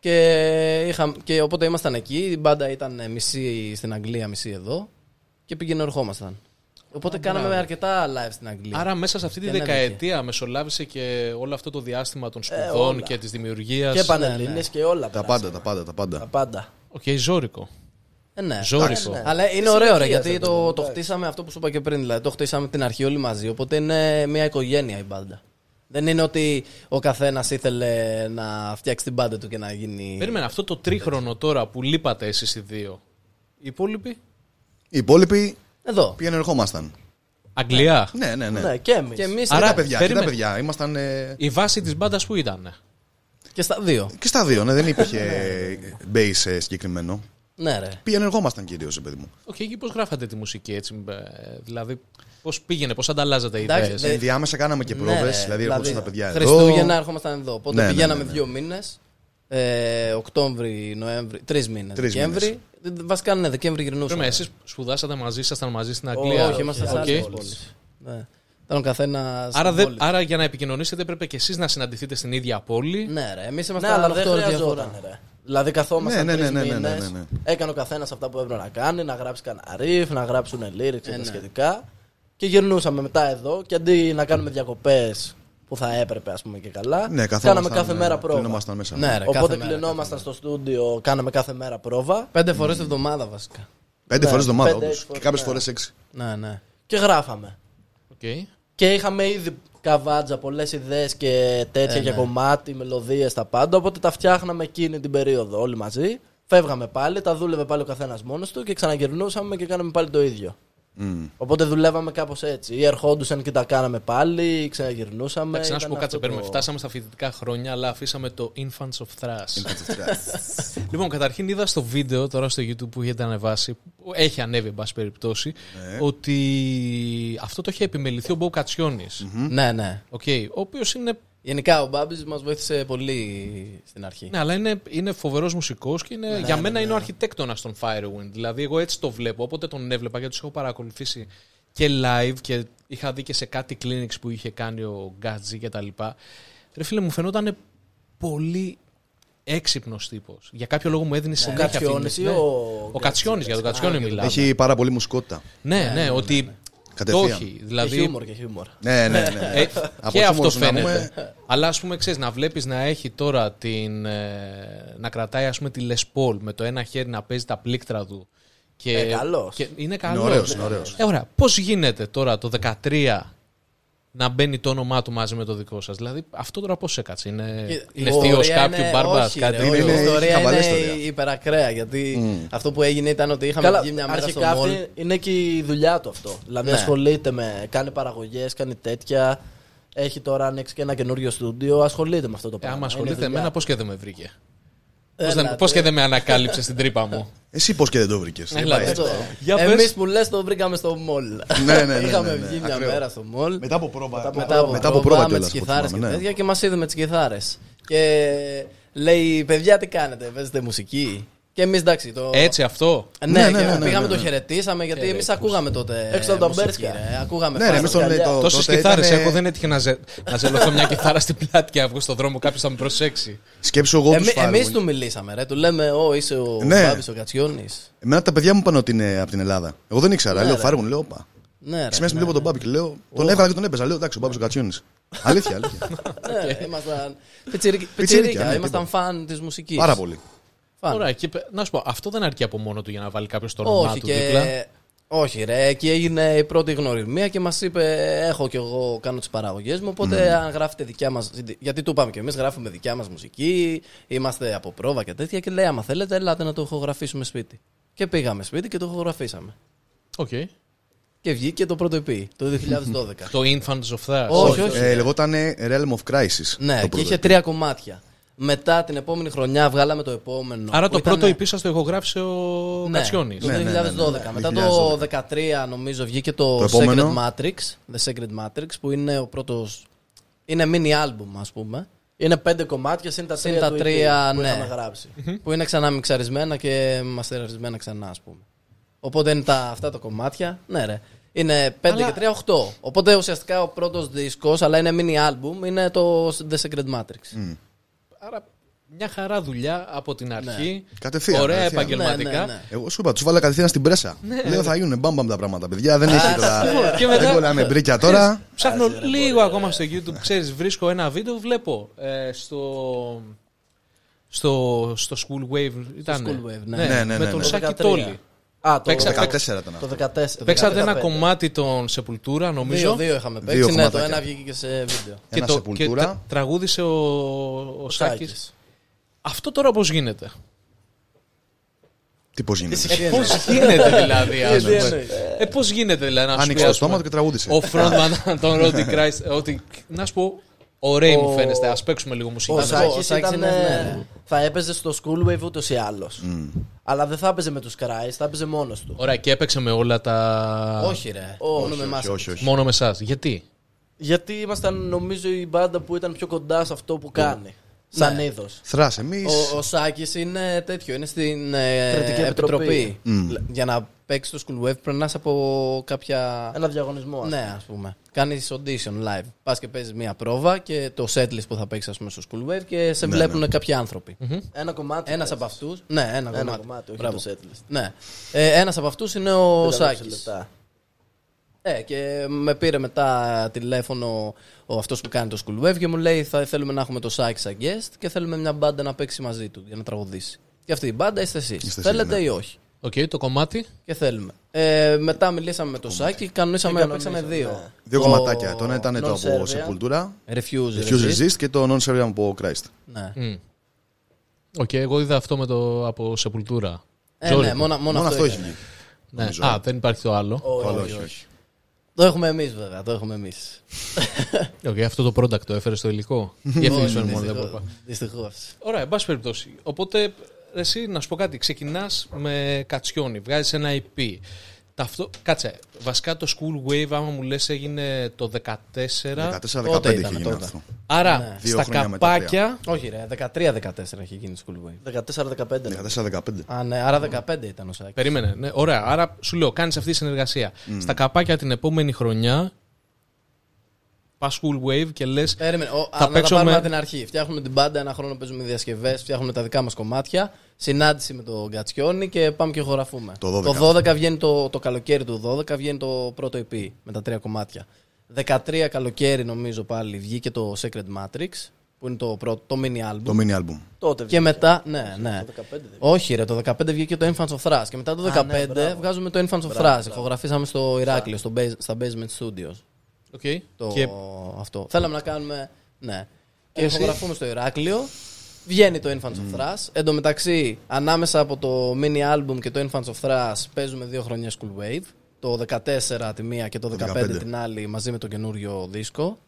Και, είχα, και οπότε ήμασταν εκεί. Η μπάντα ήταν ε, μισή στην Αγγλία, μισή εδώ. Και πήγαινε ερχόμασταν. Οπότε κάναμε αρκετά live στην Αγγλία. Άρα μέσα σε αυτή τη Δεν έβγαινε. δεκαετία μεσολάβησε και όλο αυτό το διάστημα των σπουδών και της δημιουργίας. Και πανελλήνιες και όλα. ναι, Τα περάσαμε. πάντα, τα πάντα, τα Τα πάντα. πάντα. Οκ, ζώρικο. Ε, ναι. Ζώρικο. ναι. Αλλά είναι Συνεχεία, ωραίο ρε, ρε, γιατί παιδί το, μου, το εντάξει. χτίσαμε αυτό που σου είπα και πριν. Δηλαδή, το χτίσαμε από την αρχή όλοι μαζί. Οπότε είναι μια οικογένεια η μπάντα. Δεν είναι ότι ο καθένας ήθελε να φτιάξει την μπάντα του και να γίνει. Περίμενα, αυτό το τρίχρονο τώρα που λείπατε εσείς οι δύο. Οι Ναι. υπόλοιποι. Οι υπόλοιποι Εδώ. πήγαινε ερχόμασταν. Αγγλία. Ναι, ναι, ναι. Ναι, και εμείς. Και εμείς Άρα, Άρα, παιδιά, κοίτα, περίμενε. παιδιά, ήμασταν. ε, Η βάση της μπάντας που ήταν. και στα δύο. Και στα δύο, ναι, δεν υπήρχε base ε, συγκεκριμένο. Ναι, ρε. Πήγαινε ερχόμασταν κυρίω, παιδί μου. Οκ, εκεί πώς γράφατε τη μουσική, έτσι. ε, Δηλαδή, πώς πήγαινε, πώς ανταλλάζατε Εντάξει, ιδέες. δεν- Ενδιάμεσα κάναμε και πρόβε, Ναι, ρε, δηλαδή ερχόντουσαν τα παιδιά Χριστούγεννα εδώ. έρχομασταν εδώ. Οπότε Ναι, ναι, πηγαίναμε ναι, ναι. δύο μήνες. Ε, Οκτώβρη, Νοέμβρη, τρεις μήνες. Τρεις Δεκέμβρη. Βασικά, ναι, Δεκέμβρη γυρνούσαμε. Περίμενε, εσείς σπουδάσατε μαζί, ήσασταν μαζί στην Αγγλία. Όχι, ήμασταν σε Οκ. άλλες πόλεις. Ναι. Ήταν ο καθένα. Άρα, δεν- άρα για να επικοινωνήσετε έπρεπε και εσείς να συναντηθείτε στην ίδια πόλη. Ναι, ρε. Εμείς Ναι, ήμασταν αλλά άλλο δεν αυτό χρειαζόταν, ρε. Δηλαδή καθόμασταν Ναι, ναι, τρεις ναι, ναι, ναι, μήνες, ναι, ναι. έκανε ο καθένας αυτά που έπρεπε να κάνει, να γράψει κανένα ρίφ, να γράψουν Ε, lyrics ναι. και τα σχετικά. Και γυρνούσαμε μετά εδώ και αντί να κάνουμε διακοπές που θα έπρεπε, ας πούμε και καλά, Ναι, κάναμε καθόμασταν, κάθε ε, μέρα πρόβα. κλεινόμασταν μέσα. Ναι, ρε. κάθε Οπότε μέρα, κλεινόμασταν στο στούντιο, κάναμε κάθε μέρα πρόβα Πέντε φορές την εβδομάδα βασικά. Πέντε Ναι, φορές εβδομάδα, πέντε, όντως. έξι Και φορές, κάποιε φορές έξι. Ναι, ναι. και γράφαμε. Οκ. Και είχαμε ήδη καβάτζα, πολλές ιδέες και τέτοια Ε, ναι. για κομμάτι, μελωδίες, τα πάντα. Οπότε τα φτιάχναμε εκείνη την περίοδο όλοι μαζί. Φεύγαμε πάλι, τα δούλευε πάλι ο καθένας μόνος του και ξαναγυρνούσαμε και κάναμε πάλι το ίδιο. Μμ. Οπότε δουλεύαμε κάπως έτσι. Ή ερχόντουσαν και τα κάναμε πάλι, ή Ε, ξαναγυρνούσαμε. Εντάξει, να σου Ήταν πω κάτσε, αυτό παίρνουμε. το- Φτάσαμε στα φοιτητικά χρόνια, αλλά αφήσαμε το Infants of Thrash. Κατσαφτρά. Λοιπόν, καταρχήν είδα στο βίντεο τώρα στο YouTube που έχετε ανεβάσει, που έχει ανέβει εν πάση περιπτώσει, ότι αυτό το είχε επιμεληθεί ο Μπο κατσιονης Ναι, ναι. ο οποίος είναι. Γενικά ο Μπάμπης μας βοήθησε πολύ στην αρχή. Ναι, αλλά είναι, είναι φοβερός μουσικός και είναι, για μένα είναι ο αρχιτέκτονας των Firewind. Δηλαδή, εγώ έτσι το βλέπω. Όποτε τον έβλεπα, γιατί τους έχω παρακολουθήσει και live και είχα δει και σε κάτι clinics που είχε κάνει ο Γκάτζι και τα λοιπά. Ρε φίλε, μου φαινόταν πολύ έξυπνος τύπος. Για κάποιο λόγο μου έδινε συνέχεια αυτή την- Κατσιόνης ή ναι. ο- Ο Κατσιόνης, για τον Κατσιόνης μιλάμε. Έχει πάρα πολύ μουσικότητα. Ναι, ναι, ότι. Το Κατευθείαν. έχει. Δηλαδή, Και χιούμορ και χιούμορ. Ναι, ναι, ναι. ε, Από και τους αυτό μόνους να φαίνεται. πούμε, Αλλά ας πούμε, ξέρεις, να βλέπεις να έχει τώρα την. ε, να κρατάει ας πούμε, τη Les Paul με το ένα χέρι να παίζει τα πλήκτρα του. Και, Ε, καλός. και είναι καλός. ωραίος, είναι ωραίος. Ε, ωραία. Πώς γίνεται τώρα το 13 να μπαίνει το όνομά του μαζί με το δικό σας. Δηλαδή, αυτό τώρα πώς έκατσε. Είναι, Και- η είναι θείο ιστορία κάποιου είναι- μπάρμπας, Ε, ναι, όχι, κάτι. ρε, όχι, Είναι- η είναι ιστορία χαβαλή είναι ιστορία. υπερακραία. Γιατί αυτό που έγινε ήταν ότι είχαμε Καλά, βγει μια μέρα στο αρχικά μόλ. αυτή είναι και η δουλειά του αυτό. Δηλαδή Ναι. ασχολείται με, κάνει παραγωγές, κάνει τέτοια. Έχει τώρα ανοίξει και ένα καινούριο στούντιο. Ασχολείται με αυτό το Ε, πράγμα. άμα ασχολείται Είναι δουλειά. εμένα, πώς και δεν με βρήκε. Πώς Έλα, δεν- Πώ τι. και δεν με ανακάλυψε στην τρύπα μου. Εσύ πώς και δεν το βρήκες. Ναι, Έλα, ρε. Αυτό. Για πες. Εμείς που λες το βρήκαμε στο μολ. Ναι, ναι, ναι, ναι, Είχαμε ναι, βγει μια ακραίο. μέρα στο μολ. Μετά από πρόβα. μετά από, μετά από πρόβα πρόβα με κιόλας, τις από ό,τι κιθάρες και θυμάμαι, ναι. τέτοια και μας είδε με τις κιθάρες. Και λέει, παιδιά τι κάνετε, παίζετε μουσική. Και εμείς εντάξει το... Έτσι αυτό. Ναι, Ναι, ναι, ναι, και ναι, πήγαμε, ναι, ναι. το χαιρετήσαμε γιατί εμείς ακούγαμε τότε. Έξω από τα μουσική, μπέρσκα. ρε. Ακούγαμε Ναι, ρε, εμεί φάστα. τον λέει το. Τόσες τότε κιθάρες ήταν, ε, έχω, δεν έτυχε να, ζε... να ζελωθώ μια κιθάρα στην πλάτη και να βγω στον δρόμο. Κάποιος θα με προσέξει. Σκέψου εγώ του Εμεί Ε, εμείς Φάρμουν. του μιλήσαμε, ρε. Του λέμε, Ω, είσαι ο Ναι. Μπάμπης ο Κατσιόνη. Εμένα τα παιδιά μου είπαν ότι είναι από την Ελλάδα. Εγώ δεν ήξερα. Λέω ναι. ρε. Φάρμουν, λέω Όπα. Ναι, ρε. Σημαίνει ναι. που βλέπω τον Μπάμπη και λέω. Τον έβαλα και τον έπαιζα. Λέω εντάξει, ο Μπάμπης ο Κατσιούνη. Αλήθεια, αλήθεια. Ναι, ρε, ήμασταν πιτσιρι- Πιτσιρίκια, πιτσιρίκια. ναι, Ήμασταν φαν της μουσικής. Πάρα πολύ. Ωραία, και πε- να σου πω, αυτό δεν αρκεί από μόνο του για να βάλει κάποιος το όνομά Όχι, του δίπλα. και... Όχι, ρε. Εκεί έγινε η πρώτη γνωριμία και μας είπε: Έχω κι εγώ, κάνω τις παραγωγές μου. Οπότε, Ναι. αν γράφετε δικιά μας. Γιατί του είπαμε κι εμείς, γράφουμε δικιά μας μουσική. Είμαστε από πρόβα και τέτοια. Και λέει: Άμα θέλετε, ελάτε να το ηχογραφήσουμε σπίτι. Και πήγαμε σπίτι και το ηχογραφήσαμε. Οκ. Και βγήκε το πρώτο EP το 2012. Το Infants of That. Όχι, όχι. Ε, Λεγόταν Realm of Crisis. ναι, το και πρώτο. είχε τρία κομμάτια. Μετά την επόμενη χρονιά βγάλαμε το επόμενο. Άρα που το ήταν- πρώτο επίση το ηχογράφησε ο ναι, Κατσιόνης. Το Ναι, ναι, ναι, ναι, 2012. ναι, Μετά 2012. το 2013 νομίζω βγήκε το, Το Secret επόμενο. Matrix. The Secret Matrix που είναι ο πρώτος... Είναι mini album ας πούμε. Είναι πέντε κομμάτια συν τα τρία, τα του EP τρία, που ναι. είχαμε γράψει. Που είναι ξανά μιξαρισμένα και μαστεραρισμένα ξανά ας πούμε. Οπότε είναι τα, αυτά τα κομμάτια. Ναι ρε. Είναι 5 Αλλά- και 3, 8. Οπότε ουσιαστικά ο πρώτος δίσκος, αλλά είναι mini album, είναι το The Secret Matrix. Άρα μια χαρά δουλειά από την αρχή. Κατευθείαν, Ωραία κατευθείαν. επαγγελματικά. Ναι, ναι, ναι. Εγώ σου είπα, τους βάλα κατευθείαν στην πρέσα. Λέω θα γίνουν μπαμπαμ τα πράγματα, παιδιά. Δεν έχει τώρα. Λοιπόν, και μετά- Δεν κολλάμε μπρίκια τώρα. Ε, Ψάχνω λίγο ακόμα στο YouTube, ξέρεις, βρίσκω ένα βίντεο, βλέπω ε, στο, στο, στο School Wave ήταν. School Wave, ναι. Ναι, ναι, με ναι, τον ναι. Σάκη 13. Τόλι. Α, το Παίξα- 14 ήταν αυτό. Το 14. Παίξατε ένα 15. κομμάτι των Σεπουλτούρα, νομίζω. Δύο, δύο είχαμε Δύο παίξει. Ναι, το κομματάκια. ένα βγήκε και σε βίντεο. Και, Ένα το, και Sepultura. τρα- τραγούδισε ο, ο, Σάκης. Σάκης. Αυτό τώρα πώς γίνεται. Τι πώς γίνεται. Ε, πώς γίνεται δηλαδή. ας πούμε. εννοείς. Ε, πώς γίνεται δηλαδή να σου πει, Άνοιξε το ας πούμε, στόμα του και τραγούδισε. Ο frontman των Roddy Christ. Ότι, να σου πω, ωραίοι μου φαίνεστε. Ας παίξουμε λίγο μουσική. Ο Να- Σάκης Σάκης ήταν, ήταν, ναι, ε, ναι. θα έπαιζε στο School Wave ούτως ή άλλως. Αλλά δεν θα έπαιζε με τους Cries, θα έπαιζε μόνος του. Ωραία, και έπαιξε με όλα τα. Όχι, ρε. Μόνο με εμάς. Όχι, όχι, όχι. Μόνο με εσάς. Γιατί. Γιατί ήμασταν νομίζω η μπάντα που ήταν πιο κοντά σε αυτό που κάνει. Σαν Ναι. είδο. Θρά, εμείς. Ο, ο Σάκης είναι τέτοιο, είναι στην ε, Κρατική επιτροπή. επιτροπή. Mm. Λε- Για να παίξεις το School Wave πρέπει να είσαι από κάποια. Ένα διαγωνισμό. ας Ναι, ας πούμε. Κάνεις audition live. Πας και παίζεις μία πρόβα και το setlist που θα παίξεις, ας πούμε, στο School Wave και σε βλέπουν κάποιοι άνθρωποι. πούμε. Ναι, Ένα κομμάτι. Ένας πες. από αυτούς. Ναι, ένα, Ένα κομμάτι. κομμάτι, όχι Μπράβο. το setlist. Ναι. Ε, ένας από αυτούς είναι ο 15 Σάκη. λεπτά. Ε, και με πήρε μετά τηλέφωνο ο αυτός που κάνει το School Wave και μου λέει θα θέλουμε να έχουμε το Sykes σαν guest και θέλουμε μια μπάντα να παίξει μαζί του για να τραγουδήσει. Και αυτή η μπάντα είστε εσείς. Είστε εσείς, Θέλετε ναι. ή όχι. Οκ, το κομμάτι. Και θέλουμε. Ε, μετά μιλήσαμε με το Σάκη, κανονίσαμε Και να παίξαμε κανονίσαμε, δύο. ναι. Δύο Το κομματάκια. Το ένα ήταν το από Non-Serbian. Σεπουλτούρα. Refuse, Refuse Resist. Resist και το Non Serbian από Christ. Ναι. Μμ. Οκ, εγώ είδα αυτό με το από Σεπουλτούρα. Ε, ναι, μόνο, μόνο Μόνο αυτό αυτό έχει ήταν. βγει. Ναι. Α, δεν υπάρχει το άλλο. Όχι, Άλλο όχι, όχι, όχι. όχι. Το έχουμε εμείς βέβαια, το έχουμε εμείς. Οκ, αυτό το product το έφερες στο υλικό. Ή έφερε Όχι, μόνο, δεν δυστυχώς. μπορώ. Δυστυχώς. Ωραία, εν πάση περιπτώσει. Οπότε, εσύ να σου πω κάτι. Ξεκινάς με κατσιόνι, βγάζεις ένα EP. Ταυτό... Κάτσε, βασικά το School Wave, άμα μου λες, έγινε το 14. 14-15 Τότε είχε ήταν, γίνει τότε. αυτό. Άρα, Ναι. Δύο στα χρόνια μετά, καπάκια. Όχι ρε, 13-14 έχει γίνει το School Wave. 14-15. ναι. 14-15. Α, ναι, άρα 15 ήταν ο Σάκης. Περίμενε. Ναι, ωραία. Άρα σου λέω, κάνεις αυτή τη συνεργασία. Mm. Στα καπάκια την επόμενη χρονιά. Πας school wave και λες. Περίμενε. Ο, Θα α, να τα παίξουμε- πάρουμε από την αρχή. Φτιάχνουμε την μπάντα, ένα χρόνο παίζουμε διασκευές, φτιάχνουμε τα δικά μας κομμάτια. Συνάντηση με τον Γκατσιόνι και πάμε και χωραφούμε. Το 12. Το 12 βγαίνει το, το καλοκαίρι του 12 βγαίνει το πρώτο EP με τα τρία κομμάτια. 13 καλοκαίρι νομίζω πάλι βγήκε το Secret Matrix που είναι το, πρώτο, το mini album. Το mini album. Τότε Και μετά, ναι, ναι. Το 15 δεν βγήκε. Όχι, ρε, το 15 βγήκε το Infants of Thrash. Και μετά το 15 ναι, μπράβο. βγάζουμε το Infants of Thrash. Ηχογραφήσαμε στο Ηράκλειο, στο base- στα Basement Studios. Okay. Το Και αυτό. Θέλαμε να κάνουμε. Ναι. Και Εσύ? ηχογραφούμε στο Ηράκλειο. Βγαίνει το Infants of Thrash. Εν τω μεταξύ, ανάμεσα από το mini album και το Infants of Thrash παίζουμε δύο χρονιά School Wave. Το 14 τη μία και το 15, 15. την άλλη μαζί με το καινούριο δίσκο.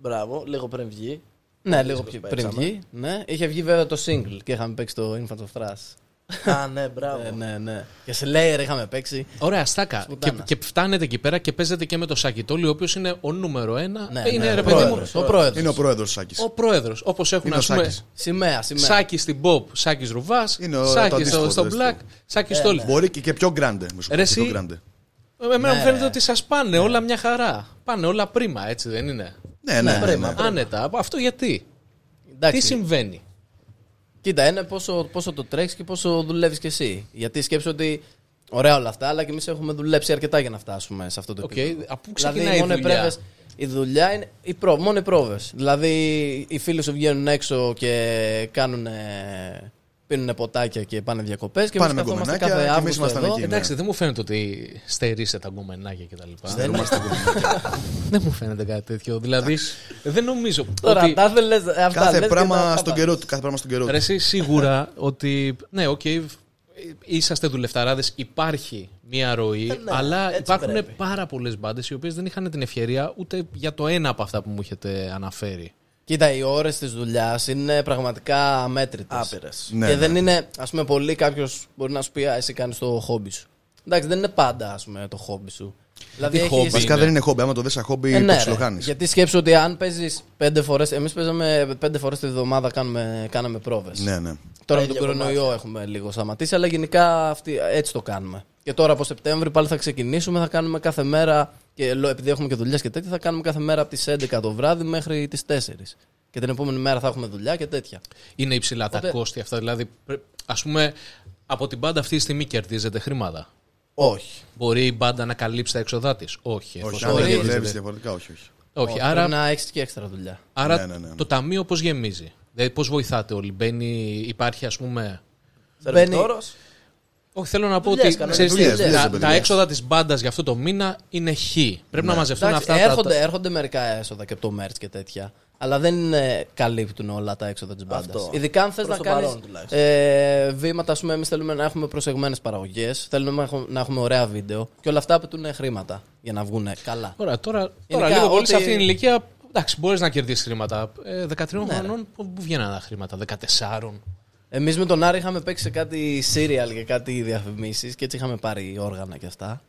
Μπράβο, λίγο πριν βγει. Ναι, λίγο πιο πριν παίξαμε. βγει. Ναι. Είχε βγει βέβαια το single και είχαμε παίξει το Infant of Thrash. Α, ναι, μπράβο. Ε, ναι, ναι. Και Slayer είχαμε παίξει. Ωραία, στάκα. Και, Σπουτάνας. και φτάνετε εκεί πέρα και παίζετε και με τον Σακητόλη, ο οποίος είναι ο νούμερο ένα. Ε, Ναι, είναι ναι, ρε ο παιδί μου. πρόεδρος, ο πρόεδρος. Είναι ο πρόεδρος Σάκης. Ο πρόεδρος. Όπως έχουν Είναι α ο πούμε. Σάκης. Σημαία, σημαία. Σάκη στην Bob, Σάκης Ρουβάς, Ναι. Είναι ο- το Σάκη στο, αντίστοιχος, στο το Black, αντίστοιχο. Σάκης Ε, στο Όλοι. Μπορεί και, και πιο γκράντε. Μου σου πω, Ρε και πιο εσύ. γκράντε. Εμένα μου Ναι. φαίνεται ότι σας πάνε όλα μια χαρά. Πάνε όλα πρίμα, έτσι δεν είναι. Ναι, ναι, ναι, πρέμα. ναι. Άνετα. Αυτό γιατί. Εντάξει. Τι συμβαίνει. Κοίτα, είναι πόσο, πόσο το τρέχεις και πόσο δουλεύεις κι εσύ. Γιατί σκέψω ότι ωραία όλα αυτά, αλλά και εμείς έχουμε δουλέψει αρκετά για να φτάσουμε σε αυτό το Οκ, επίπεδο. από πού ξεκινάει η Δηλαδή, μόνο δουλειά? επρέβες- η δουλειά είναι οι προ, μόνο οι πρόβες. Δηλαδή, οι φίλοι σου βγαίνουν έξω και κάνουν. πίνουν ποτάκια και πάνε διακοπές. Και Πάνε με εμείς καθόμαστε κομμενάκια κάθε και εμείς Αύγουστο ήμασταν εδώ. εκεί. Είναι. Ε, Εντάξει, δεν μου φαίνεται ότι στερείσε τα γκομμενάκια κτλ. Στερούμαστε κομμενάκια. Δεν μου φαίνεται κάτι τέτοιο. Δηλαδή, δεν νομίζω. Τώρα, ότι... τα δεν λες, αυτά ε, λες Κάθε και τα- πράγμα τα στον πας. καιρό του. Κάθε πράγμα στον καιρό Ρε, του. εσύ σίγουρα ότι. Ναι, οκ, ε, είσαστε δουλευταράδες, υπάρχει μία ροή, αλλά έτσι πρέπει. υπάρχουν πάρα πολλές μπάντες οι οποίες δεν είχαν την ευκαιρία ούτε για το ένα από αυτά που μου έχετε αναφέρει. Κοίτα, οι ώρες της δουλειάς είναι πραγματικά αμέτρητες. Άπειρες. Ναι, και ναι. δεν είναι, ας πούμε, πολύ κάποιος μπορεί να σου πει Α, εσύ κάνεις το χόμπι σου. Εντάξει, δεν είναι πάντα ας πούμε, το χόμπι σου. Δηλαδή, Τι έχεις- χόμπι Βασικά είναι. δεν είναι χόμπι. Άμα το δει σαν Ε, χόμπι, ναι, το ρε. ψιλοχάνει. γιατί σκέψου ότι αν παίζεις πέντε φορές. Εμείς παίζαμε πέντε φορές τη βδομάδα, κάνουμε, κάναμε πρόβες. Ναι, ναι. Τώρα με Τα τον ίδια κορονοϊό έχουμε λίγο σταματήσει, αλλά γενικά αυτή, έτσι το κάνουμε. Και τώρα από Σεπτέμβρη πάλι θα ξεκινήσουμε, θα κάνουμε κάθε μέρα. Και λο- επειδή έχουμε και δουλειές και τέτοια, θα κάνουμε κάθε μέρα από τις 11 το βράδυ μέχρι τις 4. Και την επόμενη μέρα θα έχουμε δουλειά και τέτοια. Είναι υψηλά τα Οπότε- κόστη αυτά. Δηλαδή, ας πούμε, από την μπάντα αυτή τη στιγμή κερδίζετε χρήματα. Όχι. Μπορεί η μπάντα να καλύψει τα έξοδά της. Όχι. Όχι, εφόσον αν δεν δεν- Μπορεί. δουλεύει διαφορετικά, όχι. όχι. όχι. Άρα... Άρα, Πρέπει να έχεις και έξτρα δουλειά. άρα Ναι, ναι, ναι. το ταμείο πώς γεμίζει. Δηλαδή, πώς βοηθάτε όλοι. Μπαίνει, υπάρχει, ας πούμε, Σερβιτόρος. Όχι, θέλω να πω Δουλειές ότι κάνουμε, ξέρεις τι, δουλειές, δουλειές, τα, δουλειές. τα έξοδα της μπάντας για αυτό το μήνα είναι χ. Πρέπει να μαζευτούν Εντάξει, αυτά έρχονται, τα. έρχονται μερικά έσοδα και από το merch και τέτοια. Αλλά δεν είναι, καλύπτουν όλα τα έξοδα της μπάντας. Αυτό. Ειδικά αν θες Προς να το κάνεις παρόν, τουλάχιστον. ε, βήματα, ας πούμε, εμείς θέλουμε να έχουμε προσεγμένες παραγωγές. Θέλουμε να έχουμε, να έχουμε ωραία βίντεο. Και όλα αυτά απαιτούν χρήματα για να βγουν καλά. Ωραία, τώρα, τώρα Γενικά, λίγο πολύ ό,τι- σε αυτή την ηλικία. Εντάξει, μπορείς να κερδίσεις χρήματα. Ε, 13 χρονών, πού πού βγαίνανε τα χρήματα, 14. Εμείς με τον Άρη είχαμε παίξει σε κάτι serial και κάτι διαφημίσεις και έτσι είχαμε πάρει όργανα και αυτά.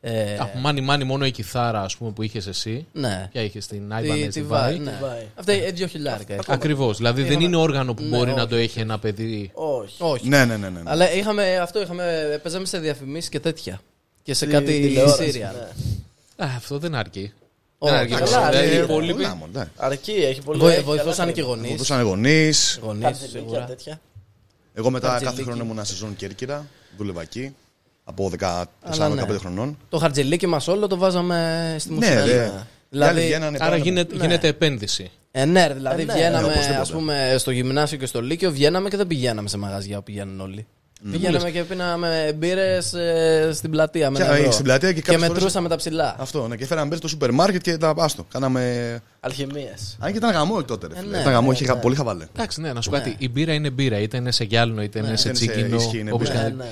Ε, Από μάνι μάνι μόνο η κιθάρα ας πούμε, που είχες εσύ. ναι. Ποια είχε στην Τη- Άιβαν τη έτσι. Βάη, ναι. Τη Βάη. Αυτά είναι δύο χιλιάρικα. είχαμε. Ακριβώς. Δηλαδή δεν είναι όργανο που μπορεί να όχι. το έχει ένα παιδί. Όχι. Όχι. Ναι, ναι, ναι. ναι, ναι. Αλλά είχαμε αυτό, είχαμε, παίζαμε σε διαφημίσεις και τέτοια. Και σε Στη κάτι τηλεόραση, serial. ναι. Α, αυτό δεν αρκεί. Όχι, Ναι, Δεν αρκεί. καλά, Δηλαδή, αλλά οι είναι υπόλοιποι- Ε, Πολλά ε. μόνο, εντάξει. Αρκεί, έχει πολύ. Βοη- έχει Βοηθούσαν Ναι, καλά και οι χρήματα. γονεί. Δώσανε γονεί. Κατσιλίκια, τέτοια. Εγώ μετά κάθε Χαρτζηλίκι. χρόνο ήμουν σεζόν Κέρκυρα. Δούλευα εκεί. Από Αλλά ναι. 14-15 χρονών. Το χαρτζελίκι μας όλο το βάζαμε στη μουσική. Ναι, ρε. Οι άλλοι Δηλαδή, βγαίνανε, Άρα πάνε- γίνεται, γίνεται επένδυση. ε, ναι, ρε, δηλαδή Ε, ναι. βγαίναμε Ναι, οπωσδήποτε. ας πούμε, στο γυμνάσιο και στο Λύκειο, βγαίναμε και δεν πηγαίναμε σε μαγαζιά που πηγαίνουν όλοι. Ναι. Πηγαίναμε και πίναμε μπύρες στην πλατεία με Και, ένα ε, ευρώ. στην πλατεία και κάποιες φορές- μετρούσαμε τα ψηλά. Αυτό, ναι. Και φέραμε μπέρι στο σούπερ μάρκετ και τα άστο. Κάναμε. Αλχημίες. Αν και ήταν γαμό τότε. Ρε, φίλε. ναι, ήταν γαμό, ναι, είχε χα- πολύ χαβαλέ. Εντάξει, ναι, να σου πω κάτι. Η μπύρα είναι μπύρα. Είτε είναι σε γυάλινο, είτε είναι σε Είτε είναι σε- τσίκινο. ισχύει, είναι όπως μπύρα. κάνει. Ναι, ναι.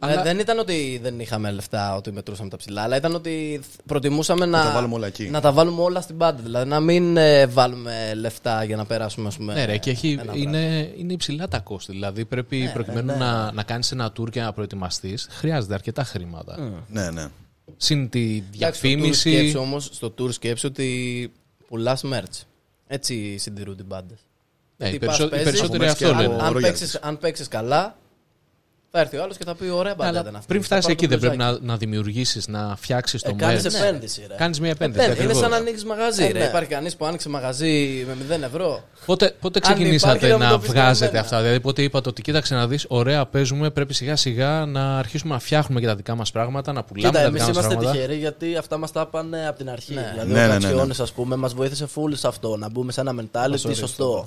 Αλλά... Ε, δεν ήταν ότι δεν είχαμε λεφτά, ότι μετρούσαμε τα ψηλά, αλλά ήταν ότι προτιμούσαμε να, τα βάλουμε όλα εκεί. να τα βάλουμε όλα στην πάντα. Δηλαδή να μην ε, βάλουμε λεφτά για να περάσουμε, ας πούμε. Ναι, ρε, και έχει, ένα βράδυ. Ναι, είναι, είναι υψηλά τα κόστη. Δηλαδή, πρέπει προκειμένου να, να κάνεις ένα tour και να προετοιμαστείς, χρειάζεται αρκετά χρήματα. Ναι, ναι. Συν τη Mm. Εντάξει, στο tour διαφήμιση. σκέψου όμως, στο tour σκέψου ότι πουλάς merch. Έτσι συντηρούνται οι μπάντες. Ναι, οι Τι πας περισσο- οι παίζεις, περισσότεροι από αυτό μέσα και λένε. από- Ναι, Αν, Ρόγια παίξεις- αν παίξεις καλά, θα έρθει ο άλλος και θα πει: Ωραία, μπάντα αλλά ήταν αυτή. πριν Θα φτάσεις πάρω εκεί, το δεν πρέπει μπλουζάκι». να, να δημιουργήσεις, να φτιάξεις το Ε, merch. Ναι. κάνεις επένδυση, ρε. Κάνεις μια επένδυση. Ε, Είναι ακριβώς. σαν να ανοίξει μαγαζί. Ε, ρε. ναι. Υπάρχει κανείς που άνοιξε μαγαζί με 0 ευρώ. Πότε, πότε Αν ξεκινήσατε υπάρχει, ναι, να να μου το πεις βγάζετε εμένα. αυτά, δηλαδή πότε είπατε ότι κοίταξε να δεις, ωραία, παίζουμε, πρέπει σιγά σιγά να αρχίσουμε να φτιάχνουμε και τα δικά μας πράγματα, να πουλάμε Κοίτα, τα εμείς δικά μας είμαστε πράγματα. τυχεροί γιατί αυτά μας τα πάνε από την αρχή. Δηλαδή, Ναι, ναι, ο ναι, Κατσιόνης, ας πούμε, μας βοήθησε full σε αυτό. Να μπούμε σε ένα mentality σωστό.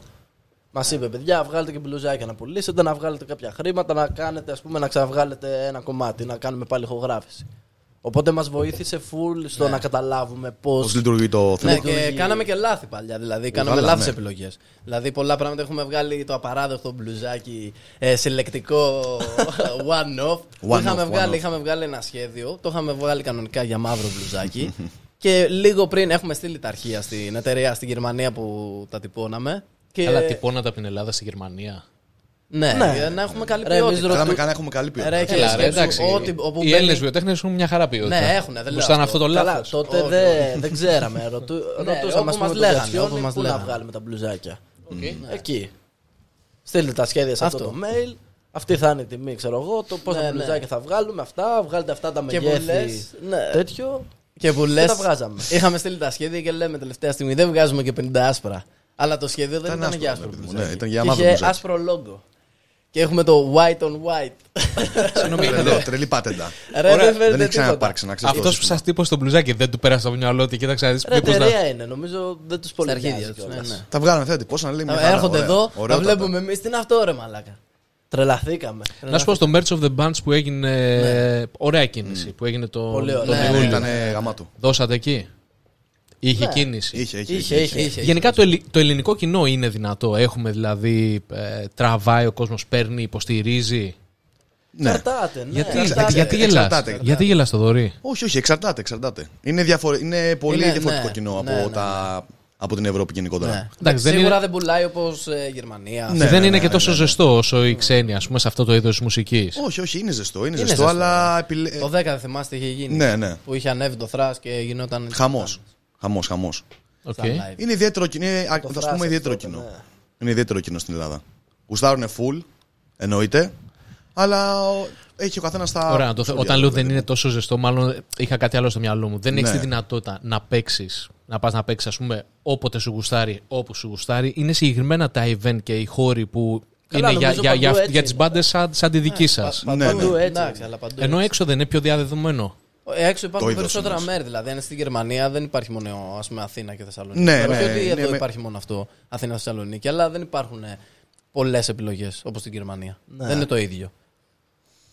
Μα είπε, παιδιά, βγάλετε και μπλουζάκια να πουλήσετε, να βγάλετε κάποια χρήματα, να κάνετε, ας πούμε, να ξαβγάλετε ένα κομμάτι, να κάνουμε πάλι ηχογράφηση. Οπότε μας βοήθησε full στο να καταλάβουμε πώς. Πώς λειτουργεί το Ναι, θέμα. και κάναμε και λάθη παλιά. Δηλαδή, κάναμε καλά, λάθο ναι. επιλογές. Δηλαδή, πολλά πράγματα έχουμε βγάλει το απαράδεκτο μπλουζάκι ε, συλλεκτικό one-off. One-off, είχαμε, one-off. βγάλει, είχαμε βγάλει ένα σχέδιο. Το είχαμε βγάλει κανονικά για μαύρο μπλουζάκι. Και λίγο πριν έχουμε στείλει τα αρχεία στην εταιρεία στην Γερμανία που τα τυπώναμε. Και... Αλλά τυπώνατε από την Ελλάδα στη Γερμανία. Ναι, Ναι. για να έχουμε καλή Ρε, εμείς ποιότητα. Καλά, με κανένα έχουμε καλή ποιότητα. Ρε, Έλα, ρε, σκέψου, εντάξει. ό,τι- όπου οι Έλληνε μπαίνει- βιοτέχνες έχουν μια χαρά ποιότητα. Ναι, έχουνε, δεν λέω Μπροστά είναι αυτό. αυτό το Καλά, λάθος. τότε δεν- δεν ξέραμε. Ρωτού- Ρωτούσαμε Ναι, όπου ας πούμε, μας τον λέγανε, Κασιόνη όπου μας πού να λέγανε. βγάλουμε τα μπλουζάκια. Ναι. Εκεί. Στείλτε τα σχέδια σε αυτό, Αυτό. το mail. Αυτή θα είναι η τιμή, ξέρω εγώ. Το πόσα Ναι, ναι. μπλουζάκια θα βγάλουμε, αυτά. Βγάλετε αυτά τα Και που μεγέθη. λες, ναι. Τέτοιο. Και που λε. τα βγάζαμε. Είχαμε στείλει τα σχέδια και λέμε τελευταία στιγμή δεν βγάζουμε και 50 άσπρα. Αλλά το σχέδιο δεν Ήταν ήταν, άσπρο, για άσπρο. ρε παιδί μου, μπλουζάκι. ναι, ήταν για Και μαύρο Είχε μπλουζάκι. άσπρο λόγκο. Και έχουμε το white on white. Συγγνώμη, Τρελό, τρελή πάτεντα. Ρε, δεν Δεν φαίνεται έχει τίποτα. ξαναπάρξει, να ξέρεις. Αυτός που σας τύπωσε το μπλουζάκι δεν του πέρασε από το μυαλό του. Κοίταξε να δεις Ρε, μήπως να- εταιρεία είναι, νομίζω δεν τους πολύ αρχίδια νοιάζει τους, ναι, κιόλας. ναι. Τα βγάλαμε θέατη. Πώ να λέει μια Τα- χαρά, Ε, Έρχονται ωραία. εδώ, τα Ωραιότατα. βλέπουμε εμείς. Τι είναι αυτό, ρε Μαλάκα. Τρελαθήκαμε. Να σου πω στο Merch of the Bands που έγινε. Ωραία κίνηση που έγινε το, Πολύ ωραία. τον Ναι, Ιούλιο. Ήταν γαμάτο. Δώσατε εκεί. Είχε κίνηση. Είχε, είχε. Είχε, είχε. είχε. Γενικά το, ελλη- το ελληνικό κοινό είναι δυνατό. Έχουμε δηλαδή. ε, τραβάει ο κόσμος, παίρνει, υποστηρίζει. Ναι. Καρτάτε, ναι. γιατί Καρτάτε. εξαρτάται, γιατί γελάς. εξαρτάται. Γιατί γελάς το δωρή. Όχι, όχι, εξαρτάται, εξαρτάται. Είναι, διαφορε... είναι πολύ Είναι, διαφορετικό ναι, κοινό ναι, από, ναι, τα... από την Ευρώπη γενικότερα. Ναι. Εντάξει, δεν Σίγουρα είναι- δεν πουλάει όπως Γερμανία. Ναι, δεν ναι, είναι ναι, και ναι, τόσο ναι, ναι. ζεστό όσο οι ξένοι, ας πούμε, σε αυτό το είδος μουσικής. Όχι, όχι, είναι ζεστό, είναι, ζεστό, ζεστό, ναι. αλλά. επιλε- Το 10 δεν θυμάστε είχε γίνει. Ναι, ναι. Που είχε ανέβει το θράσ και γινόταν. Χαμός. Χαμός, χαμός. Στα live. Είναι ιδιαίτερο κοινό. Είναι, α, θα σου φράσε πούμε ιδιαίτερο αυτό, κοινό. ναι. Είναι ιδιαίτερο κοινό στην Ελλάδα. Γουστάρουνε full, εννοείται. Αλλά ο- έχει ο καθένας τα. Ωραία, να το θε- σχόλια όταν του, λέω δηλαδή. δεν είναι τόσο ζεστό, μάλλον είχα κάτι άλλο στο μυαλό μου. Δεν έχεις Ναι. τη δυνατότητα να παίξεις, να πας να παίξεις, ας πούμε, όποτε σου γουστάρει, όπου σου γουστάρει. Είναι συγκεκριμένα τα event και οι χώροι που Καλά, είναι για, νομίζω για, παντού για, έτσι για τις είναι. μπάντες σαν, σαν τη δική σα. Ναι, ναι. Παντού έτσι. Εντάξει, αλλά παντού. Ε, Ενώ έξω δεν είναι πιο διαδεδομένο. Έξω υπάρχουν Το είδος περισσότερα όμως. μέρη. Δηλαδή, αν στην Γερμανία δεν υπάρχει μόνο ας πούμε, Αθήνα και Θεσσαλονίκη. Ναι, Όχι ναι, ότι είναι εδώ με- υπάρχει μόνο αυτό, Αθήνα και Θεσσαλονίκη, αλλά δεν υπάρχουν ε, πολλές επιλογές όπως στην Γερμανία. Δεν είναι το ίδιο. Ναι.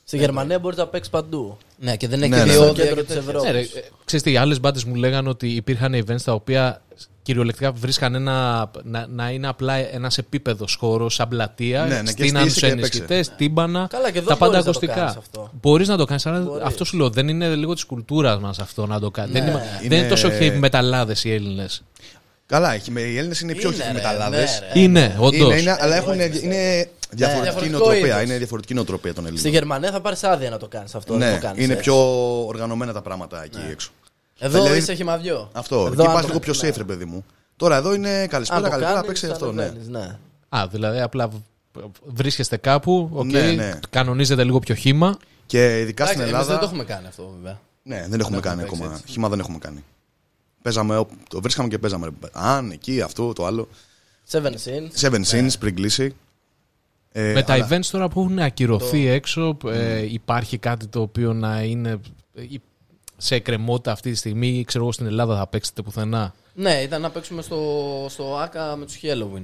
Στη Γερμανία μπορείς να παίξεις παντού. Ναι, και δεν έχει ναι, ναι. διόδια Στο κέντρο και της τέτοια. Ευρώπης. Ναι, ρε, ε, ξέρεις τι, οι άλλες μπάντε μου λέγανε ότι υπήρχαν events τα οποία κυριολεκτικά βρίσκαν ένα, να, να είναι απλά ένας επίπεδος χώρος, σαν πλατεία. Ναι, ναι, και στείναν στήρισε του και ενισχυτέ, τύμπανα. Ναι. Καλά, και εδώ τα μπορείς πάντα να το κάνεις ακουστικά. αυτό. Μπορείς να το κάνεις, αλλά Μπορείς. Ναι. αυτό σου λέω δεν είναι λίγο της κουλτούρας μας αυτό να το κάνεις. Δεν, είναι, δεν είναι Ναι. Είναι- τόσο heavy μεταλλάδες οι Έλληνες. Καλά, έχει, με- οι Έλληνες είναι πιο Είναι, όχι ρε, μεταλλάδες. ναι, Ε, ρε. Ναι, Είναι, όντως. Είναι, είναι, αλλά έχουν, είναι διαφορετική διαφορετικό νοοτροπία. είδος. Είναι διαφορετική νοοτροπία των Στη Ελλήνων. Γερμανία θα πάρεις άδεια να το κάνεις αυτό. δεν Ναι, το κάνεις είναι έτσι. Ναι. πιο οργανωμένα τα πράγματα εκεί έξω. ε. Εδώ Δηλαδή- είσαι χυμαδιό. Αυτό. Εδώ, εκεί αν πα το λίγο πιο κάνεις, ναι. safe, ρε παιδί μου. Τώρα εδώ είναι Αν καλησπέρα, το καλησπέρα, κάνεις, παίξε αυτό. Ναι. ανεβαίνεις, ναι. Α, δηλαδή απλά βρίσκεστε κάπου, οκ, Ναι, ναι. κανονίζετε λίγο πιο χήμα. Και ειδικά στην Εντάξει, εμείς Ελλάδα. δεν το έχουμε κάνει αυτό βέβαια. Ναι, δεν έχουμε κάνει παίξει ακόμα. έτσι. Χήμα δεν έχουμε κάνει. Παίζαμε, ό, το βρίσκαμε και παίζαμε. ρε. Αν, εκεί, αυτό, το άλλο. Seven Sins. Seven Sins πριν κλείσει. Ε, Με αλλά- τα events τώρα που έχουν ακυρωθεί έξω, ε, υπάρχει κάτι το οποίο να είναι ε, σε εκκρεμότητα αυτή τη στιγμή ή ξέρω εγώ στην Ελλάδα θα παίξετε πουθενά. Ναι, ήταν να παίξουμε στο, στο ΑΚΑ με τους Halloween.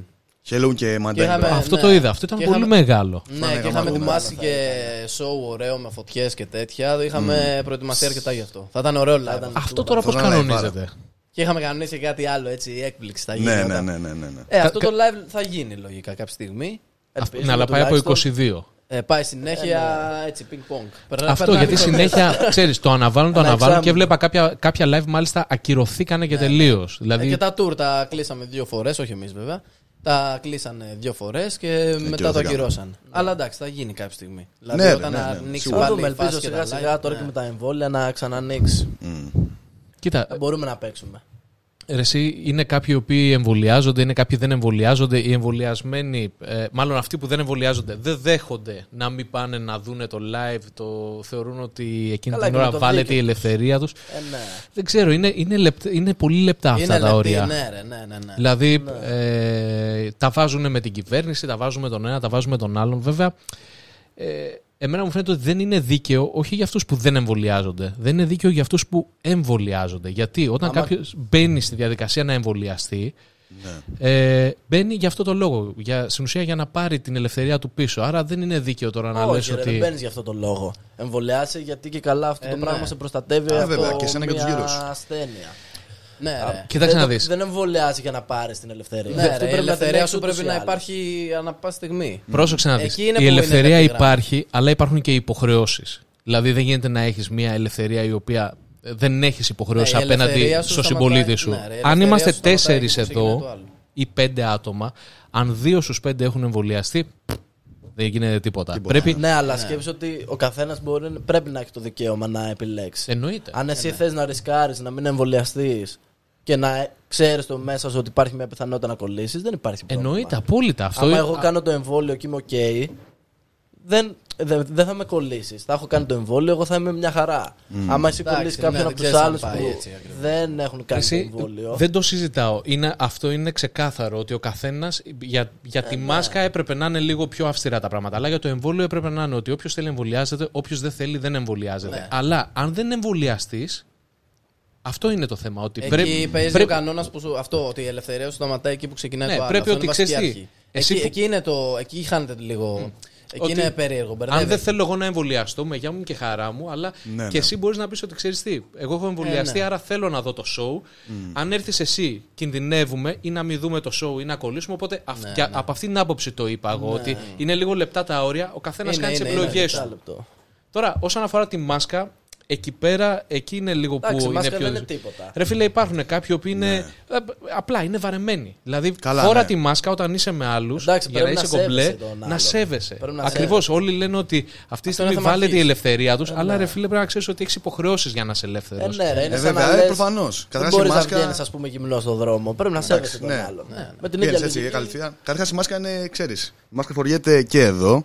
Halloween και Mandela. είχαμε- Ε, αυτό ναι. το είδα, αυτό ήταν Και πολύ είχαμε- μεγάλο. Ναι, και είχαμε γαμάτο, ετοιμάσει και σοου ωραίο με φωτιές και τέτοια. Είχαμε προετοιμαστεί αρκετά γι' αυτό. Θα ήταν ωραίο live. Αυτό τώρα Αυτό πώς ήταν live, κανονίζεται. Και είχαμε κανονίσει και κάτι άλλο έτσι, έκπληξη θα γίνει. Ναι, όταν- ναι, ναι, ναι, ναι, ναι. Ε, αυτό το live θα γίνει λογικά κάποια στιγμή. Αυτό- Ελπίζουμε Ναι, αλλά πάει από τουλάχιστον. 22. Ε, πάει Ε, συνέχεια ναι, έτσι ping-pong. Περνά- Αυτό περνάει ε, γιατί το- συνέχεια, ξέρεις, το αναβάλουν, το Ένα αναβάλουν και εξάμηνο. βλέπα κάποια, κάποια live μάλιστα ακυρωθήκανε και τελείω. Ε, Δηλαδή Και τα tour τα κλείσαμε δύο φορές, όχι εμείς βέβαια. Τα κλείσανε δύο φορές Ε, και μετά το κυρώθηκαν. ακυρώσαν. Αλλά εντάξει, θα γίνει κάποια στιγμή. Δηλαδή Ναι, ρε, όταν ναι, ναι, ανοίξει σίγουρα. Θα πάλι δούμε, η ελπίζω φάση και σιγά τα σιγά τώρα live. και με τα εμβόλια να ξανανοίξει. Mm. κοίτα, Ε, Να μπορούμε να παίξουμε. Ρε Εσύ, είναι κάποιοι οι οποίοι εμβολιάζονται, είναι κάποιοι δεν εμβολιάζονται. Οι εμβολιασμένοι, ε, μάλλον αυτοί που δεν εμβολιάζονται, δεν δέχονται να μην πάνε να δούνε το live. Το θεωρούν ότι εκείνη Καλά, την και ώρα με το βάλεται η δίκαιο. ελευθερία τους. Ε, ναι. Δεν ξέρω, είναι, είναι, λεπ- είναι πολύ λεπτά αυτά Είναι τα λεπτή, όρια. Ναι, ρε, ναι, ναι, ναι. Δηλαδή, Ναι. ε, τα βάζουν με την κυβέρνηση, τα βάζουν με τον ένα, τα βάζουν με τον άλλον. Βέβαια, ε, εμένα μου φαίνεται ότι δεν είναι δίκαιο, όχι για αυτούς που δεν εμβολιάζονται, δεν είναι δίκαιο για αυτούς που εμβολιάζονται. Γιατί όταν κάποιος μπαίνει στη διαδικασία να εμβολιαστεί, Ναι. ε, μπαίνει για αυτό το λόγο. Για, στην ουσία για να πάρει την ελευθερία του πίσω. Άρα δεν είναι δίκαιο τώρα να λες Όχι, ρε, ότι. δεν μπαίνεις γι' αυτό το λόγο. Εμβολιάσαι γιατί και καλά αυτό το ναι. πράγμα σε προστατεύει Α, από βέβαια, και εσένα και τους μια γύρω σου. ασθένεια. Ναι, ρε. Κοίταξε δεν, να το- δεις. Δεν εμβολιάζει για να πάρεις την ελευθερία. Ναι, Αυτή ρε, η πρέπει να την ελευθερία έχεις σου ούτως πρέπει ή να άλλως. υπάρχει ανα πάσα στιγμή. Πρόσεξε να δεις. Εκεί είναι Η που είναι ελευθερία τα πειρά. υπάρχει, αλλά υπάρχουν και οι υποχρεώσεις. Δηλαδή δεν γίνεται να έχεις μια ελευθερία η οποία Ε, Δεν έχεις υποχρέωση Ναι, η απέναντι ελευθερία σου στον σταματάει- συμπολίτη σου. ναι, ρε, η ελευθερία αν σου είμαστε σταματάει τέσσερις και ξεκινάει το εδώ άλλο. ή πέντε άτομα, αν δύο στους πέντε έχουν εμβολιαστεί, δεν γίνεται τίποτα. Πρέπει. Ναι, αλλά σκέψου ότι ο καθένας πρέπει να έχει το δικαίωμα να επιλέξει. Εννοείται. Αν Ε, εσύ ναι. θες να ρισκάρεις να μην εμβολιαστείς και να ξέρεις το μέσα σου ότι υπάρχει μια πιθανότητα να κολλήσεις, δεν υπάρχει πρόβλημα. Εννοείται, απόλυτα. Αυτό Άμα είναι- εγώ κάνω το εμβόλιο και είμαι οκ, δεν, δεν, δεν θα με κολλήσεις. Θα έχω κάνει το εμβόλιο, εγώ θα είμαι μια χαρά. Άμα εσύ Εντάξει, κολλήσει ναι, κάποιον δεν από τους ξέρεις αν άλλου πάει που έτσι ακριβώς. δεν έχουν κάνει Εσύ, το εμβόλιο. δεν το συζητάω. Είναι, αυτό είναι ξεκάθαρο ότι ο καθένας για, για Ε, τη ναι. μάσκα έπρεπε να είναι λίγο πιο αυστηρά τα πράγματα. Αλλά για το εμβόλιο έπρεπε να είναι ότι όποιος θέλει εμβολιάζεται, όποιος δεν θέλει δεν εμβολιάζεται. Ναι. Αλλά αν δεν εμβολιαστείς, αυτό είναι το θέμα. Ότι Εκεί πρέπει, παίζει πρέπει- ο κανόνας που σου, αυτό, ότι η ελευθερία σου σταματάει εκεί που ξεκινάει Ναι, το άλλο. πρέπει Αυτό ότι είναι βασική ξέρεις τι, αρχή. εσύ εκεί, που- εκεί, είναι το, εκεί χάνεται λίγο. Εκεί Ότι είναι περίεργο. αν δεν μπερδεύεται. θέλω εγώ να εμβολιαστώ, με γεια μου και χαρά μου, αλλά Ναι, και ναι. εσύ μπορείς να πεις ότι ξέρεις τι. Εγώ έχω Ε, εμβολιαστεί, ναι. άρα θέλω να δω το show. Mm. Αν έρθεις εσύ, κινδυνεύουμε ή να μην δούμε το show ή να κολλήσουμε. Οπότε Ναι, αυ- και από αυτήν την άποψη το είπα εγώ, ότι είναι λίγο λεπτά τα όρια, ο καθένας Είναι, κάνει τις είναι, είναι επιλογές αρκετά του. λεπτό. Τώρα, όσον αφορά τη μάσκα, εκεί πέρα, εκεί είναι λίγο Εντάξει, που μάσκα είναι πιο. δεν είναι δύσκολο. τίποτα. Ρε φίλε, υπάρχουν κάποιοι που είναι. ε, Απλά είναι βαρεμένοι. Δηλαδή, Ναι. Καλά, φορά ναι. τη μάσκα όταν είσαι με άλλους. Εντάξει, Για να πρέπει είσαι να κομπλέ, σέβεσαι τον να άλλον. σέβεσαι. Πρέπει να Ακριβώς. Όλοι λένε ότι αυτή τη είναι στιγμή θέμα βάλετε η αρχής. ελευθερία τους, αλλά ρε φίλε, πρέπει να ξέρεις ότι έχεις υποχρεώσεις για να είσαι ελεύθερος. ναι. Ε, ναι, ρε, είναι Ε, σαν βέβαια, να ε, λες, προφανώς. Δεν Καταρχάς η μπορείς να μάσκα- βγαίνεις, ας πούμε, γυμνός στον δρόμο. Πρέπει να σέβεσαι τον ναι. ε. άλλον. Με την ίδια Πήγαινε έτσι, λογική. κατευθείαν. Καταρχάς η μάσκα είναι, ξέρεις. Η μάσκα φοριέται και εδώ.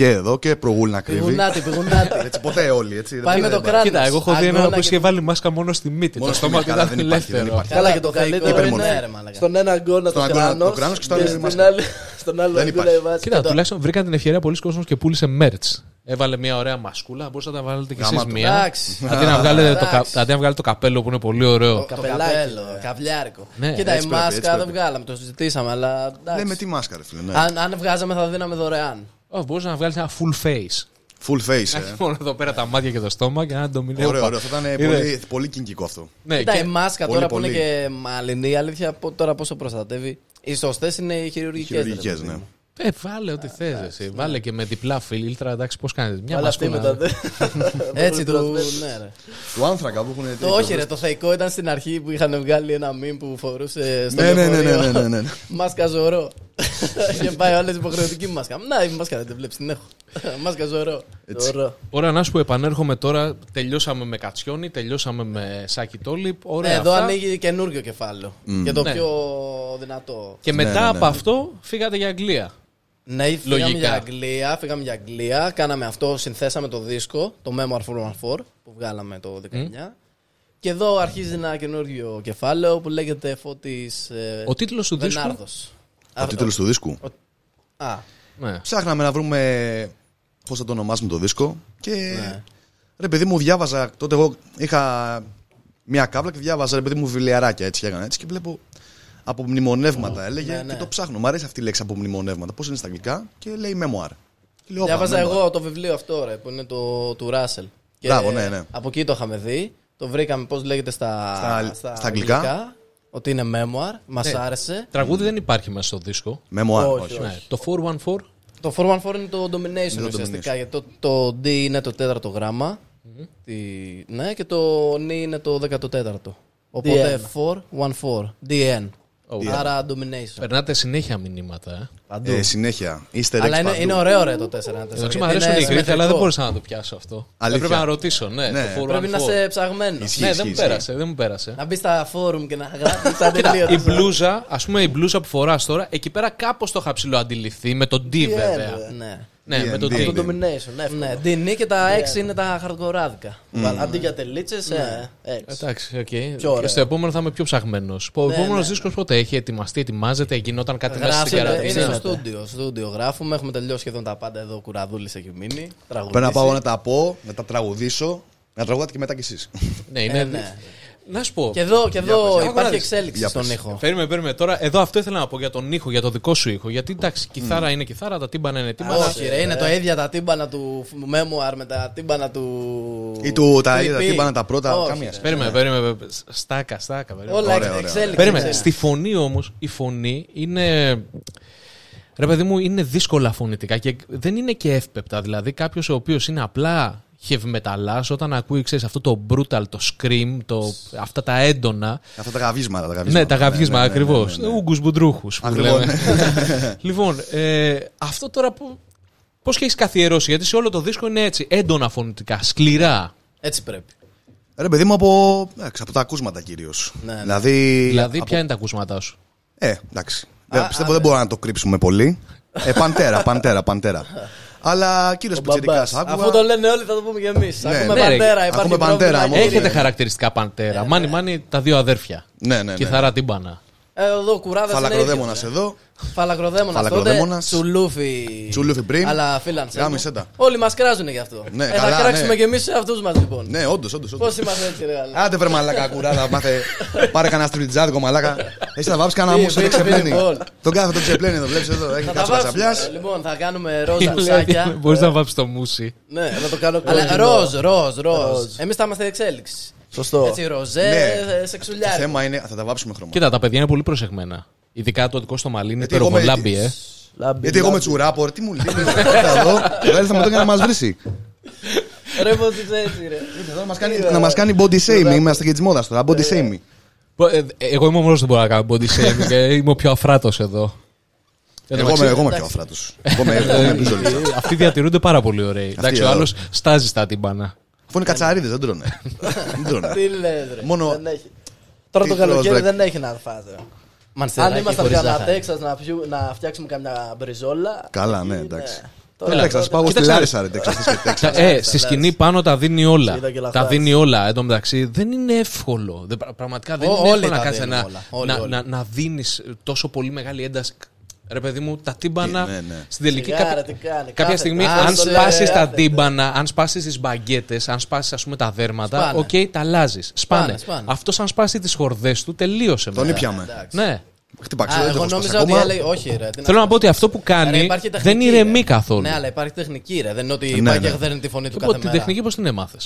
και εδώ και προγούλ να κρύβει. Πηγουνάτη, πηγουνάτη. Έτσι, ποτέ όλοι. Έτσι, δεν Πάει με ποτέ. το κράνο. Κοίτα, εγώ έχω δει έναν που είχε βάλει μάσκα μόνο στη μύτη. Μόνο Το στη στόμα μύτη, του καλά, ήταν δεν υπάρχει, δεν ελεύθερο. υπάρχει. Καλά, Καλά, και το καϊκό καλύτερο είναι, είναι ρε μαλάκα. στον ένα αγκώνα το Στον αγκώνα το κράνος κράνος και και στο άλλο η στην μάσκα. άλλη- στον άλλο Δεν αγκώνα υπάρχει. η μάσκα. Κοίτα, τουλάχιστον βρήκαν την ευκαιρία πολλοί κόσμος και πούλησε merch. Έβαλε μια ωραία μασκούλα, μπορούσατε να βάλετε κι εσείς Γαμάτο. μια. Εντάξει. Αντί να, βγάλετε το, κα- Εντάξει. αντί να βγάλετε το καπέλο που είναι πολύ ωραίο. Το Καπελάκι, καπέλο, ε. καβλιάρικο. Ναι, Κοίτα, η έτσι πρέπει, έτσι μάσκα δεν πρέπει. βγάλαμε, το συζητήσαμε, αλλά. εντάξει. Λέμε τι μάσκα, ρε φίλε. ναι. Αν, αν βγάζαμε θα δίναμε δωρεάν. Oh, μπορούσες να βγάλεις ένα full face. Full face. Να ε. έχει μόνο εδώ πέρα τα μάτια και το στόμα και να ντομινέο. Ωραίο, πα- ωραίο. Θα ήταν Είδες. πολύ, πολύ κυνκικό αυτό. Ναι, Κοίτα, η και... μάσκα Πολύ, τώρα που πολύ. είναι και μαλλινή, η αλήθεια πο- τώρα πόσο προστατεύει. Οι σωστές είναι οι χειρουργικές. Χειρουργικέ, ναι. Ε, βάλε ό,τι θες. ναι. Βάλε και με διπλά φίλτρα. Εντάξει, πώς κάνεις. Μια Αλλά αυτή μασκούλα. μετά. δεν- Ε, Έτσι δεν του. μπορεί να ναι, ρε. Του άνθρακα που έχουν. Το όχι, ρε, το θεϊκό ήταν στην αρχή που είχαν βγάλει ένα μήνυμα που φορούσε στο Ναι, ναι, ναι, λεωφορείο. ναι, ναι, ναι, ναι. Μάσκα ζωρό. Και πάει όλε υποχρεωτική μάσκα. Να, η μάσκα δεν τη βλέπεις, την έχω. Μάσκα ζωρό. Έτσι. Ζωρό. Ωραία, να σου που επανέρχομαι τώρα. Τελειώσαμε με κατσιόνι, τελειώσαμε με σάκι τόλι. Ωραία. Ναι, Εδώ αυτά. ανοίγει καινούριο κεφάλαιο. Και το Ναι. πιο δυνατό. Και μετά Ναι, ναι, από ναι. αυτό φύγατε για Αγγλία. Ναι, φύγαμε Λογικά. για Αγγλία, φύγαμε για Αγγλία, κάναμε αυτό, συνθέσαμε το δίσκο, το Memoir for 4 που βγάλαμε το 19. Και εδώ αρχίζει ένα καινούργιο κεφάλαιο που λέγεται Φώτης ε, Ο τίτλος του δίσκου. Δενάρδος. Ο τίτλος του δίσκου. Α, Ναι. Ψάχναμε να βρούμε πώς θα το ονομάσουμε το δίσκο. Και. Ρε, παιδί μου, διάβαζα. Τότε εγώ είχα μια κάβλα και διάβαζα, ρε, παιδί μου, βιβλιαράκια έτσι και έκανα έτσι. Και βλέπω από μνημονεύματα έλεγε. ναι, ναι. Και το ψάχνω. Μ' αρέσει αυτή η λέξη από μνημονεύματα. Πώς είναι στα αγγλικά. Και λέει memoir. Και λέω, «Όπα, διάβαζα memoir». εγώ το βιβλίο αυτό ρε, που είναι το του Ράσελ. Και Μπράβο, ναι, ναι. Από εκεί το είχαμε δει. Το βρήκαμε, πώς λέγεται στα, Στα- στα αγγλικά. Ότι είναι memoir, μας άρεσε. Τραγούδι δεν υπάρχει μέσα στο δίσκο. Memoir, Όχι, όχι. Ναι. Το 414. Το 414 είναι το domination ουσιαστικά. Γιατί το, το D είναι το τέταρτο γράμμα. Τη, ναι, και το N είναι το 14ο. Οπότε 414. DN. Oh. Άρα domination. Περνάτε συνέχεια μηνύματα. ε. Παντού. Ε, συνέχεια. Easter Αλλά eggs είναι, παντού. είναι ωραίο ρε το 4. να το Εντάξει, γιατί μου αρέσουν είναι οι Greek, αλλά δεν συμμετρικό. μπορούσα να το πιάσω αυτό. Αλήθεια. Πρέπει να ρωτήσω, ναι. Ναι. το 414. Πρέπει να είσαι ψαγμένο. Ισχύει. Ναι, δεν μου ισχύει. πέρασε, δεν μου πέρασε. Να μπεις στα forum και να γράφει σαν βιβλίο. Η της. μπλούζα, ας πούμε η μπλούζα που φοράς τώρα, εκεί πέρα κάπως το είχα ψηλοαντιληφθεί με τον D βέβαια. Ναι. Ναι, με τον D&D. D. Το domination, εύκολο. Ναι, DN και τα 6 είναι τα χαρτοράδικα. Βάλα, Αντί για τελίτσες, ε, έτσι. Εντάξει, οκ. Πιο ωραία. Και στο επόμενο θα είμαι πιο ψαγμένος. Ο Ναι, επόμενος δίσκο πότε έχει ετοιμαστεί, ετοιμάζεται, γινόταν κάτι μέσα στην Γράφουμε, είναι στο καραντίνα. στούντιο, στούντιο γράφουμε, έχουμε τελειώσει σχεδόν τα πάντα εδώ, κουραδούλης έχει μείνει, Πρέπει να τραγουδίσει. πάω να τα πω, να τα τραγουδήσω. Να τραγουδάτε και μετά κι εσείς. Ναι, είναι. ναι. Να σου πω. Και εδώ, και εδώ Άκου να υπάρχει δεις. εξέλιξη Για στον πες. ήχο. Περίμενε, περίμενε. Τώρα, εδώ αυτό ήθελα να πω για τον ήχο, για το δικό σου ήχο. Γιατί εντάξει, κιθάρα είναι κιθάρα, τα τύμπανα είναι τύμπανα. Όχι, Ε. ρε, είναι το ίδια τα τύμπανα του Memoir με τα τύμπανα του. Ή του τα του είδα EP. τύμπανα τα πρώτα. Όχι, Καμία ρε. Περίμενε, περίμενε. περίμενε. Στάκα, στάκα. περίμενε. Όλα Ωραία, εξ- ωραία, εξέλιξη. Περίμενε. εξέλιξη. Στη φωνή όμως, η φωνή είναι. Ρε παιδί μου, είναι δύσκολα φωνητικά και δεν είναι και εύπεπτα. Δηλαδή, κάποιος ο οποίος είναι απλά heavy metal όταν ακούει, ξέρεις, αυτό το brutal, το scream, το, αυτά τα έντονα. Αυτά τα γαβίσματα. Τα γαβίσματα Ναι, τα γαβγίσμα ακριβώ. Ούγκους μπουντρούχους. Ακριβώς, Λοιπόν, ε, αυτό τώρα που. Πώς και έχεις καθιερώσει, γιατί σε όλο το δίσκο είναι έτσι, έντονα φωνητικά, σκληρά. Έτσι πρέπει. Ρε παιδί μου από, εντάξει, από τα ακούσματα κυρίως. Ναι, ναι. Δηλαδή, Δηλαδή, από- ποια είναι τα ακούσματά σου. Ε, εντάξει. Δεν- πιστεύω ναι. δεν μπορούμε να το κρύψουμε πολύ. Ε, παντέρα, παντέρα, παντέρα. Αλλά κύριο Πιτσυρικά, Μπαμπάς. άκουγα. Αφού το λένε όλοι θα το πούμε κι εμείς. Ναι, Ακούμε ναι, ρε. παντέρα, υπάρχει Ακούμε Παντέρα, πρόβλημα. μόνο. Έχετε- Έχετε χαρακτηριστικά παντέρα. Μάνι, μάνι, τα δύο αδέρφια. Ναι, ναι, ναι. Κιθαρά τύμπανα. Ε, Εδώ κουράδες είναι Φαλακροδέμονα ίδιος, ε. εδώ. Φαλακροδέμονας τότε, Φαλακροδέμονας. τσουλούφι. Τσουλούφι πριν. Αλλά φίλανσε. Γάμισε τα. Όλοι μας κράζουν γι' αυτό. Ναι, ε, καλά, θα κράξουμε ναι. κι εμείς σε αυτούς μας λοιπόν. Ναι, όντως, όντως. Πώς είμαστε έτσι ρε αλλά. Άντε βρε μαλάκα κουράδα, μάθε. Πάρε κανένα στριμπιτζάδικο μαλάκα. Εσύ θα βάψεις κανένα Βι- μουσο, δεν βι- ξεπλένει. βι- Τον κάθε τον ξεπλένει, τον βλέπεις εδώ. Έχει Ναι, λοιπόν. Θα τα κάτσε βάψουμε. κατσαπλιά. Ε, Λοιπόν, θα κάνουμε ρόζα ψάκια. Μπορείς να βάψεις το μουσι. Ναι, να το κάνω Αλλά κόκκινο. ροζ, ροζ, ροζ. Εμείς θα είμαστε εξέλιξη. Σωστό. Έτσι, ροζέ, Ναι. ε, Το σεξουλιάρι. θέμα είναι, θα τα βάψουμε χρώμα. Κοίτα, τα παιδιά είναι πολύ προσεγμένα. Ειδικά το δικό στο μαλλί είναι Γιατί εγώ με- υπεροβολάμπι, ε. Λάμπι, Γιατί εγώ με λάμπι. τσουράπορ, τι μου λέει. Θα δω. Βγάλει θα με το και να μας βρει. Ρε, πως της έτσι, ρε. Να μας κάνει body shaming. Είμαστε και τη μόδα τώρα. Body shaming. Ε, ε, Εγώ είμαι ο μόνος που μπορώ να κάνω body shaming. ε, Είμαι ο πιο αφράτος εδώ. Εν τω Εγώ ε, μεταξύ, είμαι, εγώ είμαι πιο αφράτος. Εγώ είμαι, εγώ είμαι ε, επιζωλής. ε, Αυτοί διατηρούνται πάρα πολύ ωραίοι. Εντάξει, ο εδώ. άλλος στάζει στα τύμπανα. Αφού είναι κατσαρίδες, δεν τρώνε. Δεν τρώνε. Τι λες ρε. Μόνο- Δεν έχει. Τώρα το Τι θέλω, καλοκαίρι Ζρακ. δεν έχει να φάτε. Αν Μανστεράκι ήμασταν χωρίς πια να ζάχαρη. Τέξας να, πιού- να φτιάξουμε καμιά μπριζόλα. Καλά, εκεί, ναι, εντάξει. Τώρα, Έλα, θα σα πάω εγώ στη Κοίταξε, Λάρισα, ρε, Τέξα. στις Τέξα. Ε, στη σκηνή πάνω τα δίνει όλα. Είδα και λαχτάρι. Τα δίνει όλα. Εν τω μεταξύ δεν είναι εύκολο. Δεν- πρα- Πραγματικά δεν Ό- είναι όλοι εύκολο να τα κάτσει δίνουν να, όλα. Όλοι, να, όλοι. να, να δίνεις τόσο πολύ μεγάλη ένταση. Ρε παιδί μου, τα τύμπανα Ε, ναι, ναι. στην τελική Σιγάρα, κάποια, τι κάνει, κάποια κάθεται, στιγμή, άστο, αν λέει, σπάσει τα κάθεται. τύμπανα, αν σπάσεις τις μπαγκέτες, αν σπάσεις ας πούμε τα δέρματα, Σπάνε. οκ, τα αλλάζεις. Σπάνε. Σπάνε, σπάνε. Αυτός αν σπάσει τις χορδές του, τελείωσε. Τον μετά. ήπιαμε. Ναι. Χτυπάξε, Α, δεν εγώ τον σπάσει νόμιζα ότι ακόμα. έλεγε. Όχι, ρε. τι να Θέλω πω. να πω ότι αυτό που Ρε, κάνει υπάρχει τεχνική, δεν ηρεμεί ρε. καθόλου. Ναι, αλλά υπάρχει τεχνική, ρε. Δεν είναι ότι Ναι, πάει ναι. και δεν τη φωνή του κάθε Οπότε την μέρα. τεχνική πώς την έμαθες.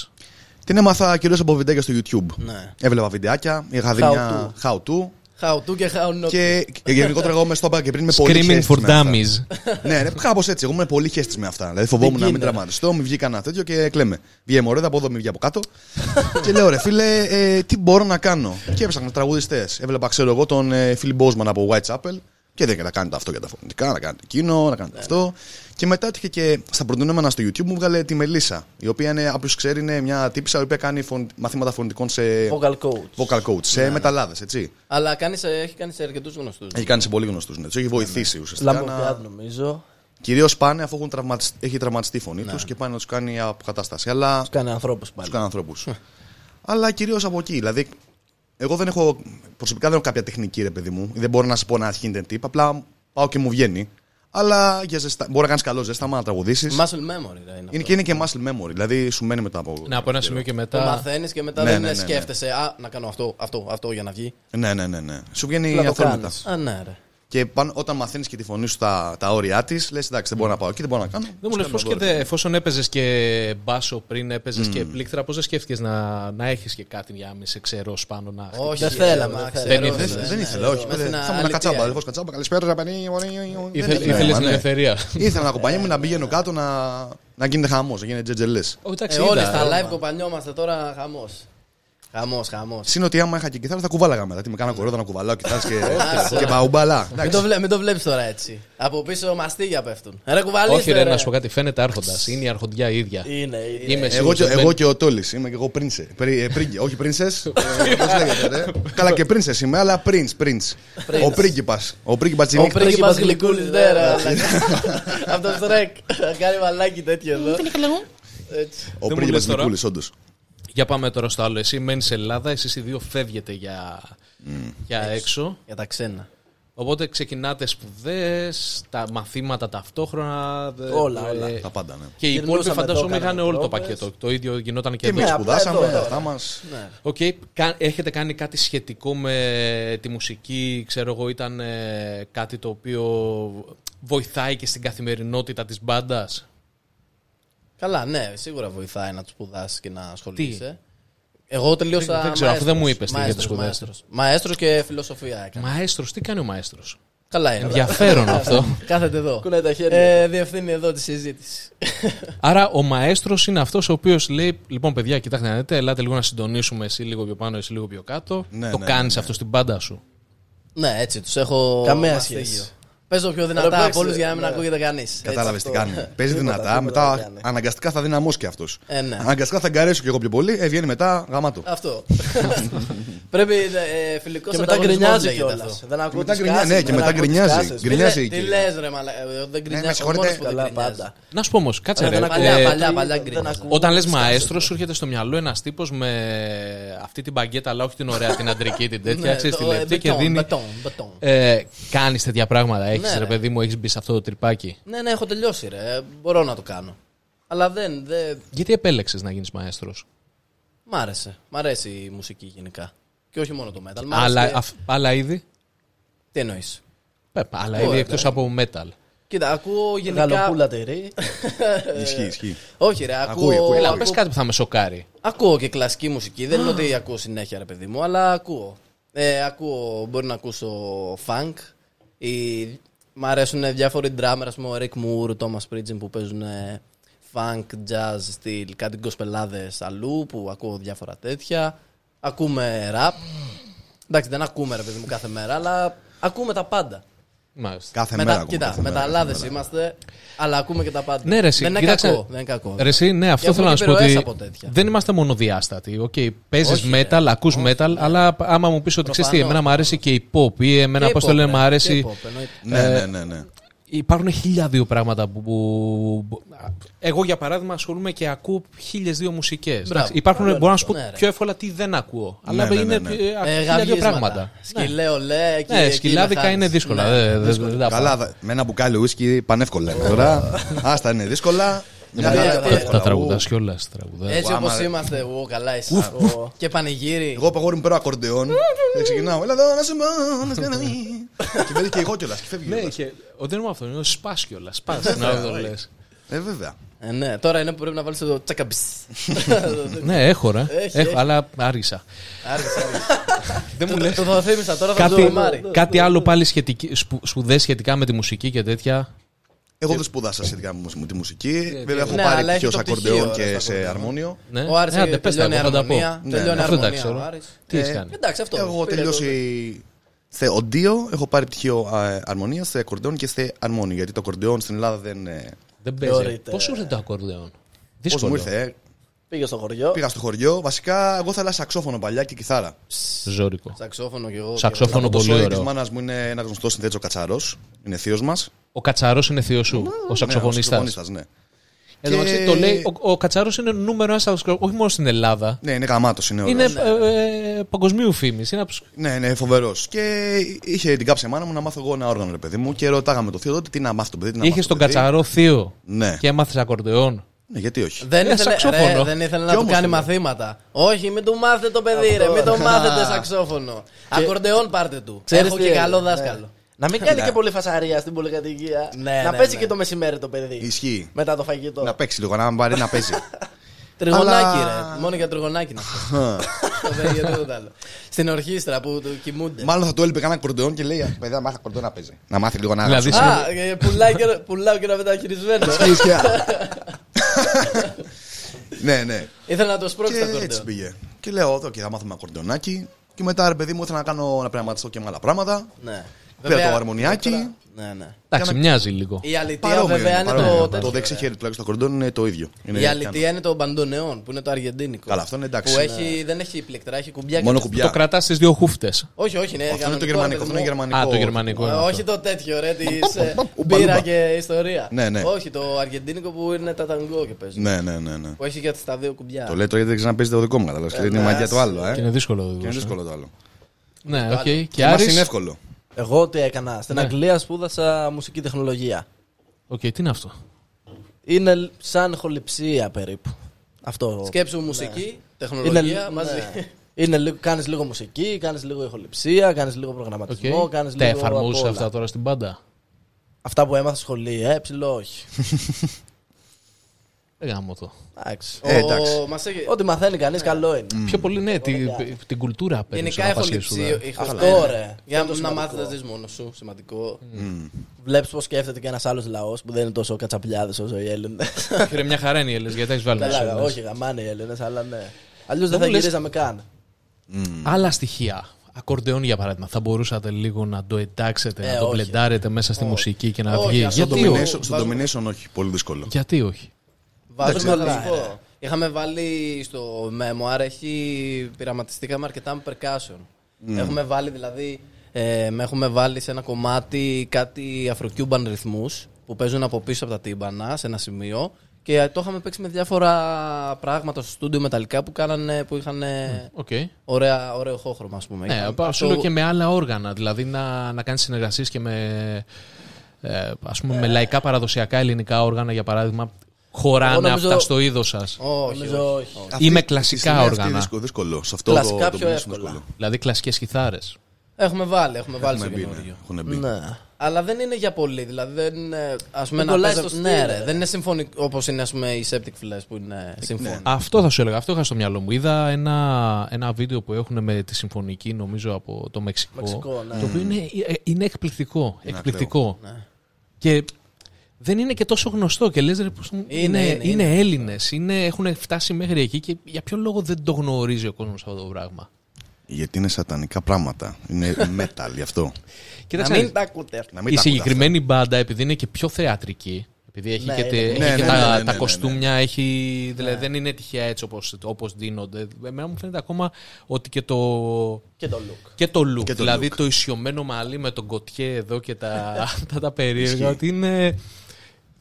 Την έμαθα κυρίως από βιντεάκια στο YouTube. Ναι. Έβλεπα βιντεάκια, είχα δει How μια how to. How to και how not. Και γενικότερα εγώ μες στο είπα και πριν με πολύ Screaming χέστης for με αυτά. dummies. Ναι, ναι, κάπως έτσι. Εγώ είμαι πολύ χέστης με αυτά. Δηλαδή φοβόμουν να μην τραυματιστώ, μην βγει κανένα τέτοιο και κλαίμε. Βγει αιμορρέδα από εδώ, μην βγει από κάτω. και λέω, ρε φίλε, ε, τι μπορώ να κάνω. Και έψαχνα τραγουδιστές. Έβλεπα, ξέρω εγώ, τον ε, Φίλιπ Μπόσμαν από Whitechapel. Και δεν να κάνετε αυτό για τα φωνητικά, να κάνετε εκείνο, να κάνετε αυτό. Και μετά έτυχε και στα προτινόμενα στο YouTube μου βγάλε τη Μελίσσα, η οποία είναι, όποιος ξέρει, είναι μια τύπησα η οποία κάνει φων- μαθήματα φωνητικών σε Vocal coach. vocal Ναι. coach, σε μεταλλάδες, έτσι. Αλλά κάνεις, ε, έχει κάνει σε αρκετούς γνωστούς. Έχει κάνει σε πολύ γνωστούς, ναι. Του έχει βοηθήσει ουσιαστικά. να- Λαμποβιάδ νομίζω. Κυρίως πάνε αφού έχουν τραυματισ- έχει τραυματιστεί η φωνή τους και πάνε να τους κάνει αποκατάσταση. Αλλά Ναι. Τους κάνει Ναι. ανθρώπους πάλι. τους κάνει ανθρώπους. Αλλά κυρίως από εκεί. Δηλαδή, εγώ δεν έχω. Προσωπικά δεν έχω κάποια τεχνική, ρε παιδί μου. Δεν μπορώ να σου πω να γίνεται tip. Απλά πάω και μου βγαίνει. Αλλά για ζεστα... μπορεί να κάνεις καλό ζέσταμα, να τραγουδήσεις. Muscle memory, ρε. Είναι. Είναι και, είναι και muscle memory. Δηλαδή σου μένει μετά από. Ναι, από ένα σημείο και Το μετά. μαθαίνεις και μετά Ναι, δεν ναι, ναι, ναι. σκέφτεσαι. Α, να κάνω αυτό, αυτό, αυτό για να βγει. Ναι, ναι, ναι, ναι. Σου βγαίνει Απλά το αυθόρμητα. κάνεις. Α, ναι, ρε. Και πάνω, όταν μαθαίνεις και τη φωνή σου τα, τα όρια της, λες εντάξει, δεν μπορώ να πάω εκεί, δεν μπορώ να κάνω. Δεν μου λες πώς και δε, εφόσον έπαιζες και μπάσο πριν, έπαιζες και πλήκτρα, πώς δεν σκέφτηκες να, να έχεις και κάτι για μισή ξερό πάνω να. χτυπήσεις. Όχι, ε, Δεν θέλαμε, μα, δεν ξέρω, θέλαμε. ρε, Δεν- Δεν, ναι, δεν ναι, ήθελα, ναι, όχι. είμαστε Δεν- ένα Θα ήμουν αλήθεια. κατσάμπα. Λευκό κατσάμπα, καλησπέρα, Ζαπανί. Ήθε- Ναι, Ήθελε την ελευθερία. Ήθελα να κομπανιέμαι να πηγαίνω κάτω να, να γίνεται χαμός, να γίνεται τζετζελές. Ο, Ε, εντάξει, Όλοι είδα. στα live κοπανιόμαστε τώρα χαμός. Χαμός, χαμός. Συν ότι άμα είχα και κιθάρας θα κουβάλαγα μετά. Τι με κάνα κορόδα να κουβαλάω κιθάρες και, και παουμπαλά. Μην το, βλέ, μην το βλέπεις τώρα έτσι. Από πίσω μαστίγια πέφτουν. Ρε κουβαλίστε Όχι, ρε, να σου πω κάτι, φαίνεται άρχοντας. Είναι η αρχοντιά η ίδια. Ε, Είναι, είναι. Είμαι Εγώ σίγουρος και, ότι εγώ δεν- και ο Τόλης. Είμαι και εγώ πρίνσε. Πρι, ε, πρίγκε, όχι πρίνσε. Πώς λέγεται, ρε. Καλά και πρίνσε είμαι, αλλά πρινς, πρινς. Ο πρίγκιπας. Ο πρίγκιπας της Ο νύχτας. πρίγκιπας γλυκούλης ναι, ρε. Από το Shrek. Κάνει μαλάκι τέτοιο εδώ. Έτσι. Ο μου πρίγκιπας λες τη τώρα. Νικούλη, όντως. Για πάμε τώρα στο άλλο. Εσύ μένεις Ελλάδα, εσείς οι δύο φεύγετε για, για έξω. Για τα ξένα. Οπότε ξεκινάτε σπουδές, τα μαθήματα ταυτόχρονα. δε- Όλα, ε, όλα. Τα πάντα, ναι. Και οι Γυρνούσαμε υπόλοιποι εδώ, φανταζόμαι κάναμε είχαν όλο το πρόβες. πακέτο. Το ίδιο γινόταν και Και εδώ. εμείς απλά σπουδάσαμε Ε, εδώ, αυτά μας. Ναι. Οκ, κα- έχετε κάνει κάτι σχετικό με τη μουσική, ξέρω εγώ, ήταν ε, κάτι το οποίο βοηθάει και στην καθημερινότητα της μπάντας. Καλά, ναι, σίγουρα βοηθάει να τους σπουδάσεις και να ασχολείσαι. Εγώ τελείωσα. Δεν- δεν ξέρω, αφού δεν μαέστρος. μου είπες τι, γιατί Μαέστρος, σπουδάζεις. μαέστρος. Μαέστρος και φιλοσοφία έκανα. Μαέστρος, τι κάνει ο μαέστρος. Καλά είναι. Ενδιαφέρον αυτό. Κάθεται εδώ. Κουνάει τα χέρια. Ε, διευθύνει εδώ τη συζήτηση. Άρα ο μαέστρος είναι αυτός ο οποίος λέει: Λοιπόν, παιδιά, κοιτάξτε να δείτε, ελάτε λίγο να συντονίσουμε εσύ λίγο πιο πάνω, εσύ λίγο πιο κάτω. Ναι, το ναι, κάνεις ναι, ναι. αυτό στην πάντα σου. ναι, έτσι τους έχω. Καμία μαστίγιο. σχέση. Πες το πιο Ρε, δυνατά παίξε, από όλου για να μην ναι. ακούγεται κανείς. Κατάλαβες τι αυτό. κάνει. Παίζει Τίποτα, δυνατά, τίποτα μετά δεν κάνει. αναγκαστικά θα δυναμώσει και αυτός. Ε, ναι. Αναγκαστικά θα εγκαρέσω κι εγώ πιο πολύ, ε, βγαίνει μετά γαμάτο. Αυτό. Πρέπει ε, φιλικός Και μετά γκρινιάζει κιόλα. Δεν ακούω μετά τις γκρινιά- κάσες, ναι, και δεν μετά ακούω τις γκρινιάζει. κάσες. Γκρι- Γκρινιάζει Τι εκεί. λες, ρε Μαλάκα. ε, Δεν με γκρινιάζει. Ο συγχωρείτε. Ναι, μόνος που δεν Καλά, γκρινιάζει. πάντα. Να σου πω όμως, κάτσε Ε, ρε. δεν ακούω. Παλιά, ε, παλιά, παλιά δεν γκρινιάζει. ακούω. Όταν λες μαέστρο, σου έρχεται στο μυαλό ένας τύπος με αυτή την μπαγκέτα, αλλά όχι την ωραία, την αντρική, την τέτοια. Ναι, Ξέρει τη το, ε, λεπτή και μπετόν, δίνει. μπετόν, μπετόν. Κάνει Ε, τέτοια πράγματα. Ναι, Έχει, ρε ρε. παιδί μου, έχεις μπει σε αυτό το τρυπάκι. Ναι, ναι, έχω τελειώσει, ρε. Μπορώ να το κάνω. Αλλά δεν. δεν... Γιατί επέλεξες να γίνεις μαέστρος. Μ' άρεσε. Μ' αρέσει η μουσική γενικά. Και όχι μόνο το metal. Μ' άρεσε Αλλά, και- αφ- άλλα είδη. Τι εννοείς. Ε, Άλλα Ωραία. είδη εκτό από metal. Κοίτα, ακούω γενικά. Γαλοπούλα τυρί. Ε, Ισχύει, ισχύει. Όχι, ρε, ακούω. Ακούει, ακούει. Έλα, ακούω- πες κάτι που θα με σοκάρει. Ακούω και κλασική μουσική. Δεν είναι ότι ακούω συνέχεια, ρε παιδί μου, αλλά ακούω. Ε, ακούω, μπορεί να ακούσω funk. Ή... Μ' αρέσουν διάφοροι drummer, ας πούμε ο Rick Moore, ο Thomas Pridgen που παίζουν ε, funk, jazz, στυλ, κάτι γκοσπελάδες αλλού που ακούω διάφορα τέτοια. Ακούμε rap. Εντάξει, δεν ακούμε ρε παιδί μου κάθε μέρα, αλλά ακούμε τα πάντα. Μάλιστα. Κάθε Μετά, μέρα ακόμα. κοίτα, κάθε μέρα, κάθε μεταλλάδε μέρα. είμαστε, αλλά ακούμε και τα πάντα. Ναι, ρε, εσύ, δεν, είναι κοίταξε. κακό, δεν είναι κακό. Ρε, εσύ, ναι, αυτό Και θέλω να έχουμε σου και πω επιρροές ότι από τέτοια. δεν είμαστε μονοδιάστατοι. Οκ, παίζεις Όχι, metal, ρε. ακούς metal, αλλά άμα μου πεις ότι ξέρεις τι, Προφανώς, εμένα μου αρέσει και η pop ή εμένα, Και πώς το pop, λένε, ρε, μου αρέσει. και pop, εννοείται. Ναι, ναι, ναι. ναι. Υπάρχουν χίλια δύο πράγματα που, που- που- Εγώ, για παράδειγμα, ασχολούμαι και ακούω χίλιες δύο μουσικές. Μπράβο. Υπάρχουν, μπορώ να σου πω Ναι, ρε. πιο εύκολα τι δεν ακούω. Αλλά ναι, ναι, είναι ε, ναι. Ε, χίλια δύο γαβγίσματα. πράγματα. Σκυλέ, ολέ. εκεί- Ναι, εκεί σκυλάδικα χάνεις. είναι δύσκολα. ε, ε. Ναι. δεν- δεν- δεν τα πάω. Καλά, δε- με ένα μπουκάλι ουίσκι πανεύκολα είναι τώρα. Άστα είναι Ε, δύσκολα. Μια βέβαια, χαρά ε, τα- πανεύκολα. Τα Ου. τραγουδάς κιόλας. τραγουδάς. Έτσι Ω, όπως άμα- είμαστε, εγώ καλά εσύ. Ω, Και πανηγύρι. Εγώ παγόρι μου παίρνω ακορντεόν και ξεκινάω. Έλα εδώ να σε μάω, να σε κάνω. Και παίρνει και εγώ κιόλας και φεύγει. Ναι, κιόλας. και ο- δεν είναι μόνο αυτό, είναι ο σπάς κιόλας. Σπάς, να το λες. Ε, βέβαια. Ε, Ναι, τώρα είναι που πρέπει να βάλεις το τσακαμπισ. Ναι, έχω ρε. Έχει, Έχω, έχει. αλλά άργησα. Δεν μου λες. Το θα θύμισα τώρα, θα το Κάτι, μάρει. κάτι άλλο πάλι σχετική, σπου, σπουδές σχετικά με τη μουσική και τέτοια. Εγώ δεν σπουδάσα σχετικά με μουσ- τη μουσική. Βέβαια, έχω ναι, πάρει αλλά έχει πτυχίο το σε πτυχίο, ακορντεόν ρε, και στο σε ακορντεόν. αρμόνιο. Ναι. Ο Άρης Ε, άντε, έχει- πες τα, τελειώνει εγώ θα τα πω. αρμονία. Ναι, Τελειώνει αυτό εντάξει, αρμονία ο τώρα. Άρης. Τι έχεις κάνει. Εντάξει, αυτό. Εγώ πήρε το- τελειώσει θεοντίο, έχω πάρει πτυχίο ε, αρμονία σε ακορντεόν και σε αρμόνιο. Γιατί το ακορντεόν στην Ελλάδα δεν. ε, Δεν παίζει. Θεωρείται. Πώς σου ήρθε το ακορδεόν. Πώς μου Δύσκολο. ήρθε, ε. Πήγε στο χωριό. πήγα στο χωριό. Βασικά, εγώ θέλω σαξόφωνο παλιά και κιθάρα. Ζώρικο. Σαξόφωνο κι εγώ. Σαξόφωνο Ο πολύ Σόι τη ωραίο. μάνας μου είναι ένας γνωστός συνθέτης ο Κατσαρός. Είναι θείος μας. Ο Κατσαρός είναι θείος σου. Ο σαξοφωνίστα. ναι. Εν τω μεταξύ Και- το λέει. Ο, ο Κατσαρός είναι νούμερο ένας όχι μόνο στην Ελλάδα. Ναι, είναι γαμάτος. Είναι, Είναι ωραίος. ε, ε, παγκοσμίου φήμης. Είναι από τους- Ναι, ναι, φοβερός. Και είχε την κάψη η μάνα μου να μάθω εγώ ένα όργανο, ρε παιδί μου. Και ρωτάγαμε το θείο τότε τι να μάθω το παιδί. τι να Είχε μάθω το τον παιδί. Κατσαρό θείο Ναι. και έμαθες ακορδεόν. ναι, γιατί όχι. Δεν Ένα ήθελε, σαξόφωνο. ρε, δεν ήθελε να Κι του όμως κάνει είναι. μαθήματα. Όχι, μην του μάθετε το παιδί, ρε. Μην το μάθετε σαξόφωνο. Ακορντεόν πάρτε του. Έχω τι και είναι. καλό Ναι. δάσκαλο. Να μην κάνει και πολύ φασαρία στην πολυκατοικία. Ναι, να ναι, παίζει ναι. και το μεσημέρι το παιδί. Ισχύει. Μετά το φαγητό. Να παίξει λίγο, να πάρει να παίζει. Τριγωνάκι, Αλλά- ρε. Μόνο για τριγωνάκι να πω. Δεν για τίποτα άλλο. Στην ορχήστρα που του κοιμούνται. Μάλλον θα του έλειπε κανένα κορντεόν και λέει: «Α, Παιδιά, μάθα κορντεόν να παίζει. Να μάθει λίγο να Δηλαδή, γράψει». Α, ε, πουλάει και- πουλάω και ένα μεταχειρισμένο. Ναι, ναι. Ήθελα να το σπρώξει τα Και έτσι κορδέο. πήγε. Και λέω: Εδώ και θα μάθουμε ακορντεονάκι. Και μετά, ρε παιδί μου, ήθελα να κάνω να πραγματιστώ και με άλλα πράγματα. Ναι. Πήρα το Βέβαια, αρμονιάκι. Ναι, ναι. Εντάξει, μοιάζει λίγο. Η αλητία Παρόμοιο βέβαια είναι, είναι παρόμοιο. το Το τέτοιο. δεξί χέρι τουλάχιστον το κορντόν είναι το ίδιο. Είναι Η πιάνο. αλητία είναι το μπαντονεόν που είναι το αργεντίνικο. Καλά, αυτό είναι εντάξει. Που Ναι. έχει, Ε, δεν έχει πληκτρά, έχει κουμπιά. και Μόνο τέτοια. Το κουμπιά. κρατάς στις δύο χούφτες. Όχι, όχι, είναι Αυτό είναι το κανονικό, γερμανικό. ρε Αυτό είναι παιδί μου. γερμανικό. Α, το γερμανικό. Ε, είναι Όχι αυτό. το τέτοιο, ρε, τη ούπα, μπύρα ούπα. και ιστορία. Ναι, ναι. Όχι, το αργεντίνικο που είναι τα ταγκό και παίζει. Ναι, ναι, ναι. ναι. Που έχει και τα δύο κουμπιά. Το λέει τώρα γιατί δεν ξαναπέζεται το δικό μου, κατάλαβες. Είναι η μαγιά το άλλο, ε. Και Και είναι δύσκολο. το είναι δώσω. δύσκολο το άλλο. ε. Ναι, οκ. Και Εμάς είναι Άρης. εύκολο. Εγώ τι έκανα. Στην Ναι. Αγγλία σπούδασα μουσική τεχνολογία. Οκ, τι είναι αυτό. Είναι σαν χοληψία περίπου. Αυτό. Σκέψου μουσική, τεχνολογία μαζί. ναι. Είναι λίγο, κάνεις λίγο μουσική, κάνεις λίγο ηχοληψία, κάνεις λίγο προγραμματισμό, Οκ. κάνεις Τα λίγο απ' εφαρμόζεις όλα. αυτά τώρα στην πάντα. Αυτά που έμαθα στη σχολή, ε, ψηλό όχι. Ε, γάμο το. Εντάξει. Ε, εντάξει. Ο- μας έχει- Ό,τι μαθαίνει κανείς, καλό είναι. Πιο πολύ, ναι, την, την κουλτούρα παίρνει. Γενικά έχω ληψεί. Αυτό, ρε. Ε, Για Αυτό να, να σημαντικό. μάθεις να ζεις μόνος σου. Σημαντικό. Βλέπεις πώς σκέφτεται και ένας άλλος λαός που δεν είναι τόσο κατσαπλιάδες όσο οι Έλληνες. Ρε, μια χαρά είναι οι Έλληνες, γιατί έχεις βάλει τους Καλά, Έλληνες. όχι, γαμάνε οι Έλληνες, αλλά ναι. Δεν Αλλιώ Ναι, δεν θα μου λες- γυρίζαμε καν. Άλλα στοιχεία. Ακορντεόν για παράδειγμα. Θα μπορούσατε λίγο να το εντάξετε, Ε, να το όχι. μπλεντάρετε μέσα στη μουσική και να Όχι, βγει. αυτό Γιατί, Στο όχι. domination, στο domination όχι, πολύ δύσκολο. γιατί όχι. Βάζουμε ξέρω. ναι. λογικό. Ε, Είχαμε βάλει στο memoir, έχει πειραματιστήκαμε αρκετά με percussion. Έχουμε βάλει δηλαδή, ε, με έχουμε βάλει σε ένα κομμάτι κάτι αφροκιούμπαν ρυθμούς που παίζουν από πίσω από τα τύμπανα σε ένα σημείο και ε, το είχαμε παίξει με διάφορα πράγματα στο στούντιο μεταλλικά που, κάνανε, που είχαν ε, Οκ. ωραία, ωραίο χώχρωμα ας Ε, πούμε. Ναι, Είχαν- απα- σου αυτό- λέω και με άλλα όργανα. Δηλαδή να, να κάνεις συνεργασίες και με, ε, ας πούμε, με λαϊκά παραδοσιακά ελληνικά όργανα, για παράδειγμα. Χωράνε Εγώ νομίζω- αυτά στο είδος σας. Όχι, όχι. Νομίζω όχι. Ή με Αυτή- κλασικά στη στιγμή όργανα. αυτή δύσκολο, δύσκολο. Σε αυτό Κλασικά το πιο domination εύκολα. δύσκολο. Δηλαδή κλασικές κιθάρες. Έχουμε βάλει, έχουμε βάλει Έχουν στο μπει, καινούριο. ναι, έχουν μπει. Ναι. Αλλά δεν είναι για πολύ. Δηλαδή δεν. ε, Ας πούμε, Δεν να κολλάει παίζω- στο ναι, στυλ, ε. ρε, ρε. δεν είναι συμφωνικό όπως είναι ας πούμε, η Septic Flash που είναι συμφωνικό. Αυτό θα σου έλεγα, αυτό είχα στο μυαλό μου. Είδα ένα, ένα βίντεο που έχουν με τη συμφωνική, νομίζω, από το Μεξικό. Μεξικό, ναι. Το οποίο είναι, ε, είναι εκπληκτικό. εκπληκτικό. Και δεν είναι και τόσο γνωστό. Και λες, ρε, πώς... είναι, Είναι, είναι, είναι, είναι. Έλληνες, είναι, έχουν φτάσει μέχρι εκεί και για ποιο λόγο δεν το γνωρίζει ο κόσμος αυτό το πράγμα. Γιατί είναι σατανικά πράγματα. Είναι metal γι' αυτό. Κοίταξε, να δεις, τα ακούτε αυτά. Να μην η τα ακούτε συγκεκριμένη μπάντα, επειδή είναι και πιο θεατρική, επειδή έχει Ναι, και, τε- είναι. έχει Ναι, και ναι, τα, ναι, ναι, ναι, τα ναι. κοστούμια, έχει, δηλαδή Ναι. δεν είναι τυχαία έτσι όπως, όπως δίνονται. Εμένα μου φαίνεται ακόμα ότι και το, Και το look. Και το look. Και το δηλαδή look. το ισιωμένο μαλλί με τον κοτιέ εδώ και Ναι. τα, αυτά τα περίεργα. ότι είναι.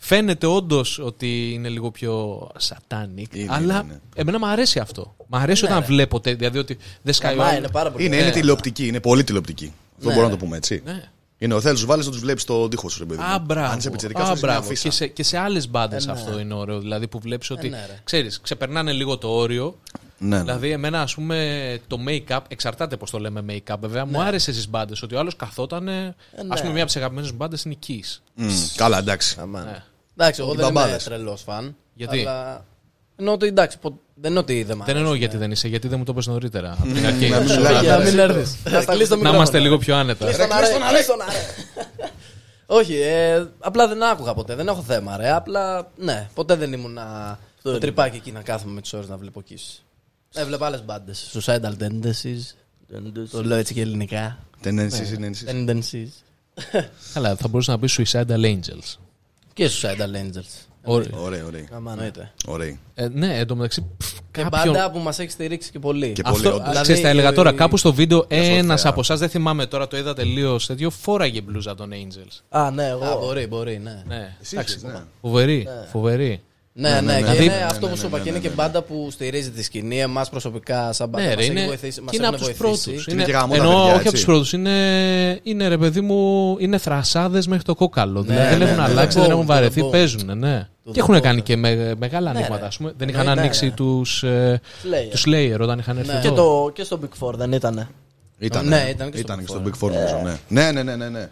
Φαίνεται όντως ότι είναι λίγο πιο satanic. Είναι, αλλά είναι, είναι. εμένα μου αρέσει αυτό. Μ' αρέσει όταν βλέπω τέτοια. Δηλαδή ότι δεν σκάει ο Ναι, Μα άλλος. είναι πάρα αυτά. πολύ. Είναι, ωραία. είναι τηλεοπτική, είναι πολύ τηλεοπτική. Αυτό Ναι. μπορώ να το πούμε έτσι. Ναι. Είναι ο θέλει, του βάλει, τους βλέπεις το τοίχο σου, ρε παιδί. μου. Α, μπράβο. Αν είσαι πιτσερικά, Α, σου μπράβο. αφήσει. Και σε, και σε άλλες μπάντες αυτό είναι ωραίο. Δηλαδή που βλέπεις ότι. Ε, ναι, ρε. ξέρεις, ξεπερνάνε λίγο το όριο. Ναι, ναι. Δηλαδή, εμένα, ας πούμε, το make-up, εξαρτάται πώς το λέμε make-up, βέβαια, Ναι. μου άρεσε στις μπάντες ότι ο άλλος καθόταν. Α Ε, ναι. πούμε, μία από τις αγαπημένες μπάντες είναι η Kiss. Μμ, Καλά, εντάξει. Αμάν. Εντάξει, εγώ δεν είμαι μπαμπάδες. τρελός φαν. Γιατί? Αλλά... Εννοώ ότι εντάξει, πο- δεν είναι ότι δεν μ' Δεν αρέσει. εννοώ γιατί δεν είσαι, γιατί δεν μου το πες νωρίτερα. από την αρχή. Ναι, Να μην Σου μιλάει λέω, για- ναι. Να μην έρθει. Να κλείσει το Να μικρόφωνο. είμαστε λίγο πιο άνετα. Στον αρέ. Όχι, ε, απλά δεν άκουγα ποτέ. Δεν έχω θέμα, ρε. Απλά ναι, ποτέ δεν ήμουν να... το τρυπάκι εκεί να κάθομαι με τις ώρες να βλέπω κίσει. Έβλεπα άλλες μπάντες. Suicidal Tendencies. Το λέω έτσι και ελληνικά. Ναι. Τενένσει, είναι ενσύς. Tendencies. Καλά, θα μπορούσα να πεις Suicidal Angels. Και Suicidal Angels. Ωραία. Ωραίοι, ωραίοι. Αμάν, εννοείται. Ωραίοι. Ε, ναι, εντωμεταξύ. πφ, Και κάποιον- μπάντα που μας έχει στηρίξει και πολύ. Και- πολύ, Αυτό, όντως. ξέρεις, Δηλαδή, τα έλεγα ε, τώρα. Κάπου στο βίντεο ένα θεά. από εσάς, δεν θυμάμαι τώρα, το είδα τελείως τέτοιο, φόραγε μπλούζα των Angels. Α, ναι, Α, εγώ. μπορεί, μπορεί, ναι. Ναι, Εσύ εντάξει. είχες, ναι. Φοβερή, φοβερή. Ναι, ναι, και Δηλαδή- είναι αυτό που σου είπα και είναι και μπάντα που στηρίζει τη σκηνή, εμάς προσωπικά, σαν μπάντα. Ναι, ρε, μας είναι, έχει βοηθήσει, και μας είναι έχουν από τους βοηθήσει. πρώτους. Είναι και γαμώτα Ενώ παιδιά, όχι έτσι. από τους πρώτους. Είναι, είναι, ρε παιδί μου, είναι θρασάδες μέχρι το κόκαλο. δηλαδή δεν ναι, έχουν ναι, ναι. αλλάξει, Το δεν The έχουν βαρεθεί, Bone. παίζουν. Ναι. The Και έχουν Bone. κάνει και με, μεγάλα ανοίγματα. ρε. ας πούμε. Δεν Ναι, είχαν ναι, ανοίξει ναι. του Slayer. Slayer όταν είχαν έρθει. Και, εδώ. το, και στο Big Four δεν ήτανε. Ήταν, Ναι, ήταν και στο ήταν Big και στο Big Four, νομίζω. Ε. ναι. Ναι, ναι, ναι, ναι, ναι.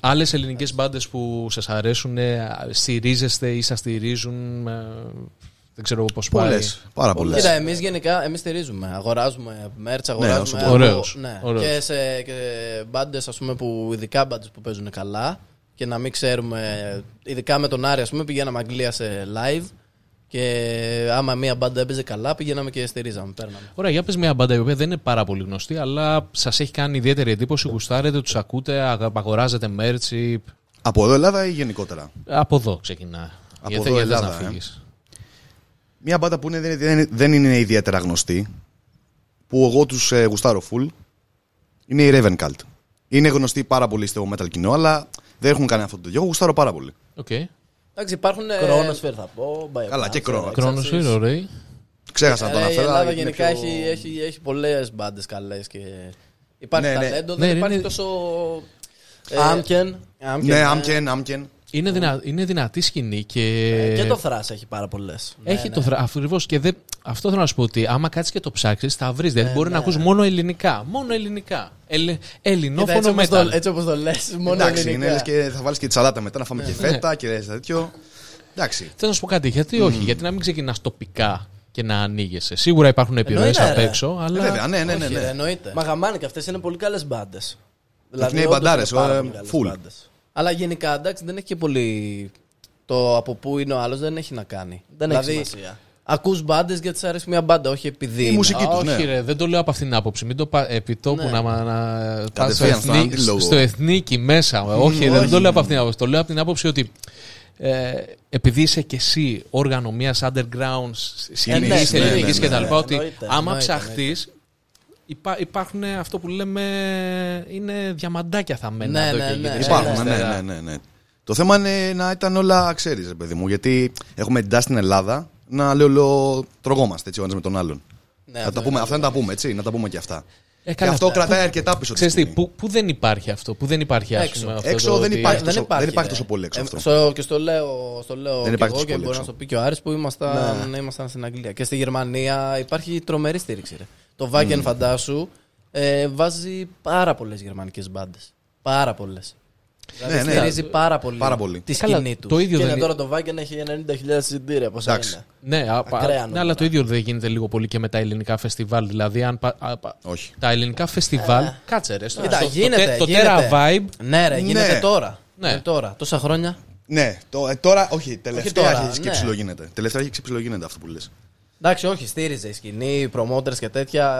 Άλλες ελληνικές μπάντες που σας αρέσουν, ε, στηρίζεστε ή σας στηρίζουν. ε, Δεν ξέρω πώς πάει. Πολλές. Πάρα πολλές. Κοίτα, εμείς γενικά εμείς στηρίζουμε. Αγοράζουμε merch, όσο αγοράζουμε. μπορεί. από- Ωραίος. ναι. Ωραίος. Και σε και μπάντες, ας πούμε, που ειδικά μπάντες που παίζουν καλά και να μην ξέρουμε. Ειδικά με τον Άρη, ας πούμε, πηγαίναμε Αγγλία σε live και άμα μία μπάντα έπαιζε καλά, πηγαίναμε και στηρίζαμε. Παίρναμε. Ωραία, για πες μια μπάντα η οποία δεν είναι πάρα πολύ γνωστή, αλλά σας έχει κάνει ιδιαίτερη εντύπωση. Γουστάρετε, τους ακούτε, αγα- αγοράζετε merch. ή- Από εδώ Ελλάδα ή γενικότερα. Από εδώ ξεκινά. Από Γιατί εδώ δεν θες να Ελλάδα, ε. φύγεις. Μια μπάντα που είναι, δεν, δεν, δεν είναι ιδιαίτερα γνωστή, που εγώ τους ε, γουστάρω full, είναι η Raven Cult. Είναι γνωστή πάρα πολύ στο metal κοινό, αλλά δεν έχουν κάνει αυτό το τέτοιο. Εγώ γουστάρω πάρα πολύ. Οκ. Εντάξει, υπάρχουν. ε, Chronosphere θα πω. Biohazard. Καλά, και Chrono. Κρόνος είναι ωραίοι. Ξέχασα να το Ρε, αναφέρω. Ε, Η Ελλάδα γιατί είναι γενικά πιο- έχει, έχει, έχει πολλές μπάντες καλές και. Υπάρχει Ναι, ναι. ταλέντο, Ναι, δεν ρε, υπάρχει είναι- τόσο. ε, Άμκεν. Άμκεν, Ναι, Άμκεν, Άμκεν. Είναι, δυνα... είναι δυνατή σκηνή και. Ε, Και το Thrash έχει πάρα πολλές. Ναι, Έχει το θρα... Ακριβώς και δεν... αυτό θέλω να σου πω ότι άμα κάτσεις και το ψάξεις, θα βρεις. Δηλαδή μπορεί να ακούς μόνο ελληνικά. Μόνο ελληνικά. Ελλη... Ε, ναι. Κοίτα, έτσι Ελληνόφωνο όπως μετά. το- Έτσι όπως το λες, μόνο Εντάξει, ελληνικά. Ναι. είναι λες και θα βάλεις και τη σαλάτα μετά να φάμε και φέτα και τέτοιο. Εντάξει. Ε, Θέλω να σου πω κάτι. Γιατί όχι, γιατί να μην ξεκινάς τοπικά και να ανοίγεσαι. Σίγουρα υπάρχουν επιρροέ Εννοείται, απ' ρε. έξω, Ε, αλλά. Βέβαια, ναι, ναι, ναι. Όχι, ναι. ρε, εννοείται. Μα γαμάνε και αυτές είναι πολύ καλές μπάντες. Δηλαδή, είναι οι μπαντάρες, ε, full. Αλλά γενικά εντάξει δεν έχει και πολύ. Το από πού είναι ο άλλος δεν έχει να κάνει. Δεν έχει δηλαδή, σημασία. Ακούς μπάντες γιατί σ' αρέσει μια μπάντα, όχι επειδή. Η είναι. μουσική. Α, τους, όχι, ναι. ρε, δεν το λέω από αυτήν την άποψη. Μην το πα, επί τόπου να, μα- να πας στο, Κατευθείαν, στον εθνί- αντίλογο. στο εθνίκι μέσα. όχι, δεν το λέω από αυτήν την άποψη. Το λέω από την άποψη ότι ε, επειδή είσαι και εσύ όργανο μιας underground σκηνή Εννοείται, ελληνική ναι, ναι, ναι, και τα ναι. λοιπά, ότι Εννοείται, άμα εννοείται, ψαχτείς. υπάρχουν αυτό που λέμε είναι διαμαντάκια θα μένουν Ναι, εδώ ναι, και ναι. εκεί. Υπάρχουν, ναι, ναι, ναι, ναι. Το θέμα είναι να ήταν όλα, ξέρεις, ρε παιδί μου, γιατί έχουμε εντά στην Ελλάδα να λέω, λέω τρογόμαστε έτσι ο ένας με τον άλλον. Ναι, να αυτό τα πούμε, αυτά να τα πούμε, έτσι, να τα πούμε και αυτά. Ε, και καλά, αυτό πού- κρατάει αρκετά πίσω. τη Ξέρεις τι, στιγμή. πού, πού δεν υπάρχει αυτό, πού δεν υπάρχει ας Έξω. πούμε, αυτό Έξω το δεν ότι- υπάρχει. δεν τόσο- υπάρχει, δεν υπάρχει ρε. τόσο πολύ έξω Ε, αυτό. στο- και στο λέω, στο λέω Δεν και υπάρχει εγώ τόσο και πολύ Ναι, μπορεί έξω. να το πει και ο Άρης που ήμασταν, ήμασταν στην Αγγλία. Και στη Γερμανία υπάρχει τρομερή στήριξη. Ρε. Το Wagen φαντάσου ε, βάζει πάρα πολλές γερμανικές μπάντες. Πάρα πολλές. Ναι, ναι. στηρίζει πάρα πολύ, Πάρα πολύ. τη Καλά, σκηνή του. Το ίδιο δεν Και είναι είναι. τώρα το Βάγκεν έχει 90.000 συντήρια. Πόσα Εντάξει. είναι. Ναι, α- Ακραία α- ναι, νούμερα. αλλά το ίδιο δεν γίνεται λίγο πολύ και με τα ελληνικά φεστιβάλ. Δηλαδή, αν πα- α- πα- Όχι. τα ελληνικά φεστιβάλ. κάτσε ρε. στο- Ε. Κοίτα, στο- το γίνεται. τε- Το γίνεται. Terra Vibe. Ναι, ρε, γίνεται Ναι. τώρα. Ναι. Είναι τώρα. Τόσα χρόνια. Ναι, το, ε, τώρα, όχι, τελευταία τώρα, έχει ναι. και ψιλογίνεται. Τελευταία έχει και ψιλογίνεται αυτό που λες. Εντάξει, όχι, στήριζε η σκηνή, οι promoters και τέτοια.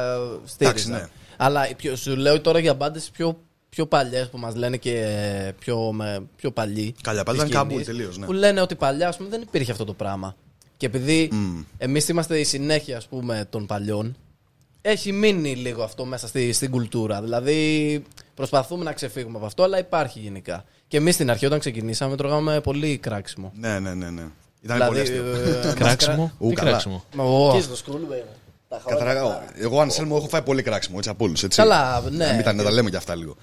ε, Στήριζε. ναι. Αλλά οι πιο, σου λέω τώρα για μπάντες πιο, πιο παλιές που μας λένε και ε, πιο, με, πιο παλιοί. Καλά, πάλι της ήταν σκηνής, Καμπούλ, τελείως, ναι. Που λένε ότι παλιά ας πούμε, δεν υπήρχε αυτό το πράγμα. Και επειδή Mm. εμείς είμαστε η συνέχεια ας πούμε, των παλιών, έχει μείνει λίγο αυτό μέσα στη, στην κουλτούρα. Δηλαδή προσπαθούμε να ξεφύγουμε από αυτό, αλλά υπάρχει γενικά. Και εμείς στην αρχή όταν ξεκινήσαμε τρώγαμε πολύ κράξιμο. Ναι, ναι, ναι. ναι. Ήταν πολύ Δηλαδή, αστείο. ε, μας Κράξιμο. Ου, Τι καλά. κράξιμο. κρα- Ω, Kiss the school, baby. Τα χρόνια. Καθαρά, ο- εγώ, αν μου, έχω φάει πολύ κράξιμο έτσι από όλου. Καλά, ναι. Να μην τα, να τα λέμε και αυτά λίγο.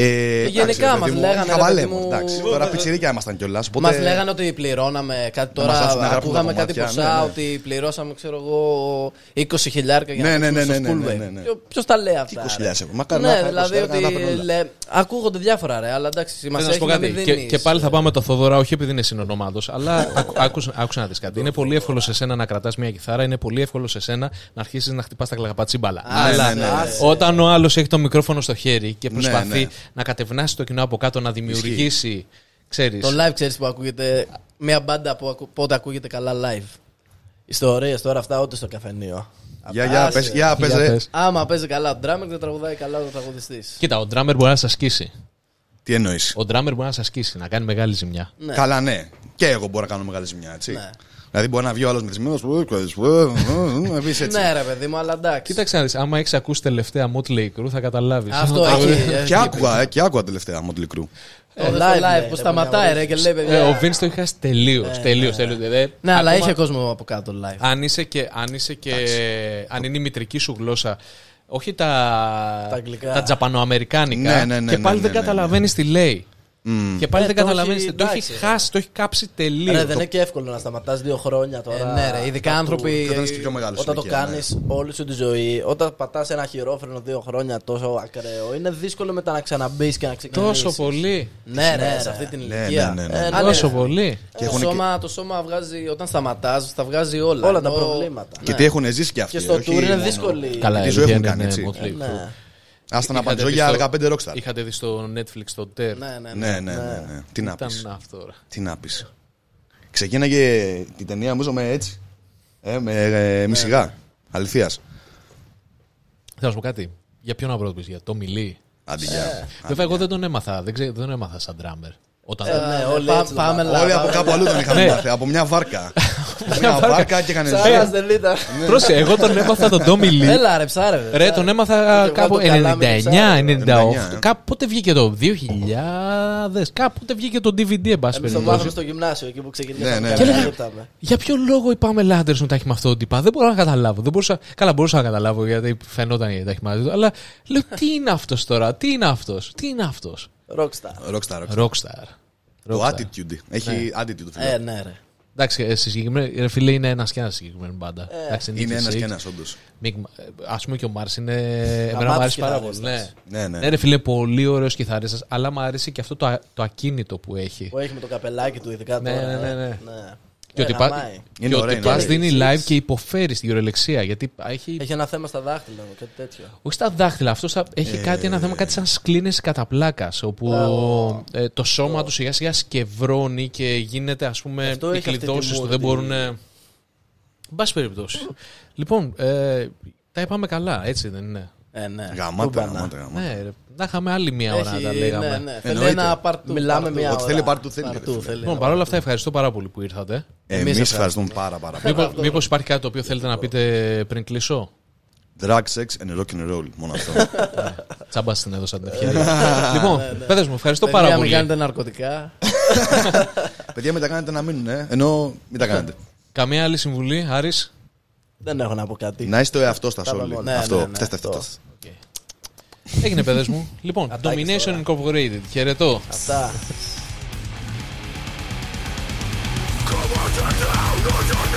Ε, εντάξει, γενικά ρε μας παιδί μου, λέγανε, ρε χαβαλέ παιδί μου, μου, εντάξει. Τώρα πιτσιρίκια ήμασταν κιόλας. Μας λέγανε ότι πληρώναμε κάτι Να μας τώρα. άφησαν να γράψουμε Ακούγαμε τα κάτι κομμάτια, ποσά ναι, ναι. ότι πληρώσαμε, ξέρω εγώ, 20 χιλιάρια για Ναι, να ναι, παίξουμε ναι, στο ναι, School ναι, Way. ναι, ναι. Ποιο- ποιος τα λέει αυτά. 20.000 ρε. ευρώ. Μακάρι να ναι, φάει δηλαδή 20.000 να τα παίρνουν ότι. όλα. λέ- ακούγονται διάφορα ρε, αλλά εντάξει, σημασία Θέλω να σου έχει πω να μην κάτι. Και, δίνεις. και πάλι θα πάμε με το Θοδωρά, όχι επειδή είναι συνονομάδος, αλλά άκου- άκουσε- άκουσε να δεις κάτι. Είναι πολύ εύκολο σε σένα να κρατάς μια κιθάρα, είναι πολύ εύκολο σε σένα να αρχίσεις να χτυπάς τα κλαγαπατσίμπαλα. Αλλά ναι, ναι, ναι. όταν ο άλλος έχει το μικρόφωνο στο χέρι και προσπαθεί ναι. να κατευνάσει το κοινό από κάτω, να δημιουργήσει. Ξέρεις, Το live ξέρεις που ακούγεται. Μια μπάντα που ακου- πότε ακούγεται καλά live. Ιστορίες τώρα αυτά ούτε στο καφενείο. Για, για, πες, για, πες, ε, Για ρε. πες. Άμα παίζει καλά ο drummer, δεν τραγουδάει καλά ο τραγουδιστής. Κοίτα, ο drummer μπορεί να σα σκίσει. Τι εννοείς. Ο drummer μπορεί να σα σκίσει, να κάνει μεγάλη ζημιά. Ναι. Καλά, ναι. Και εγώ μπορώ να κάνω μεγάλη ζημιά, έτσι. Δηλαδή, μπορεί να βγει ο άλλος μεθυσμένο. ε, Επίση έτσι. Ναι, ρε παιδί μου, αλλά εντάξει. Κοίταξε να δεις, άμα έχεις ακούσει τελευταία Motley Crue θα καταλάβεις. Αυτό έχει. ε, Και άκουγα, ε, και άκουγα τελευταία Motley Crue. Το live, live, live ναι, που ρε, σταματάει ρε και λέει παιδιά. ε, ο Vince το είχα τελείως. τελείως, Ναι, αλλά είχε κόσμο από κάτω live. Δηλαδή, Αν είσαι και. Αν, είσαι και αν είναι η μητρική σου γλώσσα. Όχι τα, Τα αγγλικά. τα τζαπανοαμερικάνικα. Ναι, ναι, ναι, και πάλι ναι, δεν ναι, ναι. καταλαβαίνεις τι λέει. Και πάλι Ε, δεν το έχει- καταλαβαίνει. Το, έχει εντάξει, ρε. χάσει, το έχει κάψει τελείως. Ρε, δεν είναι και εύκολο να σταματάς δύο χρόνια τώρα. Ε, ναι, ρε, ειδικά τα του- άνθρωποι. Και όταν είσαι και πιο ναι. μεγάλος. Όταν το κάνεις όλη σου τη ζωή, όταν πατάς ένα χειρόφρενο δύο χρόνια τόσο ακραίο, είναι δύσκολο μετά να ξαναμπείς και να ξεκινήσεις. Τόσο πολύ. Ναι, Ναι, ρε, ρε. σε αυτή την Ναι, ηλικία. ναι, ναι, ναι. Ε, Άλλο Τόσο ρε. πολύ. Και το, έχουν σώμα, το σώμα βγάζει, όταν σταματάς, τα βγάζει όλα. Όλα τα Ενώ- προβλήματα. ναι. ναι. Και τι έχουν ζήσει και αυτοί. Και στο όχι ναι. tour είναι μόνο- δύσκολη. Καλά, τη η ζωή αλήθεια έχουν κάνει, είναι, έτσι. Motley Crue. Ναι. Άστα να Είχατε παντζώ δει για στο- 15 ρόξταρ. Είχατε δει στο Netflix το Dare. Ναι, ναι, ναι. Ναι, ναι, ναι. ναι. Τι να πει. Ήταν αυτό. ρε. Τι να πεις. Ξεκίναγε την ταινία νομίζω με έτσι. Ε, με ε, μη σιγά. Αληθείας. Θέλω να σου πω κάτι. Για ποιον να πεις, για το Μιλή. Αντί για. Βέβαια, εγώ δεν τον έμαθα. Δεν, ξέρω, δεν τον έμαθα σαν drummer. Όταν ναι. Ε, ναι, όλοι Πά- έτσι πάμε λαμβάνουν. Όλοι από κάπου αλλού τον είχαμε Ναι. μάθει. Από μια βάρκα. Μια βάρκα και έκανε Ναι, Ψάρας ζύγι. δεν ήταν. Ναι. Πρόσεχε, εγώ τον έμαθα τον Tommy Lee. Έλα ρε ψάρε. Ρε, τον έμαθα εγώ κάπου το καλάμι ψάχνω. 99-98. 99, Κάπου πότε βγήκε το 2000. Κάπου πότε βγήκε το DVD, εν πάση Εμείς το περιπτώσει. μάθαμε στο γυμνάσιο εκεί που Ναι, ναι, ξεκινήσαμε. ναι. Και Και δεν λέγαμε- Για ποιο λόγο η Πάμελ Άντερσον τα έχει με αυτό τον τύπα. Δεν μπορώ να καταλάβω. Δεν μπορούσα... Καλά, μπορούσα να καταλάβω γιατί φαινόταν γιατί τα έχει μαζί του. Αλλά λέω, τι είναι αυτός τώρα, τι είναι αυτός, τι είναι αυτός. Ναι. Rockstar. Ρόξταρ. Rockstar. Το Rockstar. attitude. Έχει attitude. φίλε. Ε, ναι, ρε. Εντάξει, ε, στη συγκεκριμένη, ρε φίλε, είναι ένας και ένας συγκεκριμένη μπάντα. Εντάξει, Ε, Είναι Nixie ένας και Six. ένας, όντως. Μίγμα- ε, ας πούμε και ο Μάρς είναι. Εμένα μου τους αρέσει πάρα πολύ. κιθαρίστες. Ναι. Ναι, ναι. ρε φίλε, πολύ ωραίος κιθαρίστας, αλλά μου αρέσει και αυτό το, α- το ακίνητο που έχει. Που έχει με το καπελάκι του, ειδικά Ναι, τώρα. ναι, ναι, ε. ναι. Και ότι, πα... γαμάει. και Είναι ότι ωραία, είναι πας ωραία. δίνει Έτσι, live έτσι. και υποφέρει στην γυρολεξία. Γιατί έχει. Έχει ένα θέμα στα δάχτυλα μου, κάτι τέτοιο. Όχι στα δάχτυλα, αυτό στα- έχει κάτι, ένα θέμα κάτι σαν σκλήνες κατά πλάκας, όπου ε, το σώμα του σιγά σιγά σκευρώνει και γίνεται ας πούμε Αυτό οι έχει αυτή τη κλειδώσεις του, μούρη, δεν τη- μπορούν... ε, Εν πάση περιπτώσει. λοιπόν, ε, τα είπαμε καλά, έτσι δεν είναι. Ε, ναι. Γαμάτα, γαμάτα, γαμάτα. Ναι, ρε, να είχαμε άλλη μία ώρα να τα λέγαμε. Ναι, ναι. Θέλει Εννοείται. ένα part two, Μιλάμε part two. μια Ό,τι ώρα. θέλει, πάρ' του, θέλει, Part ρε φίλε. two, θέλει. Λοιπόν, παρόλα αυτά ευχαριστώ πάρα πολύ που ήρθατε. Εμείς ευχαριστούμε πάρα πάρα πολύ. Μήπως, μήπως υπάρχει κάτι το οποίο θέλετε να πείτε πριν κλείσω. Drug, sex and rock and roll. Μόνο αυτό. Τσάμπα την έδωσα την ευκαιρία. λοιπόν, παιδες μου, ευχαριστώ πάρα Παιδιά, μην πολύ. κάνετε ναρκωτικά. Παιδιά, μην τα κάνετε να μείνουν, ε. ενώ μην τα κάνετε. Καμία άλλη συμβουλή, Άρης. Δεν έχω να πω κάτι. Να είστε ο εαυτός σας Τα όλοι. λέμε όλα. Αυτό. Ναι, ναι, ναι, Φταίστε, φταίστε. αυτό. Έγινε, παιδε μου. λοιπόν, Ατάκες Domination Incorporated. Χαιρετώ. Αυτά. Come on, turn down, no, you're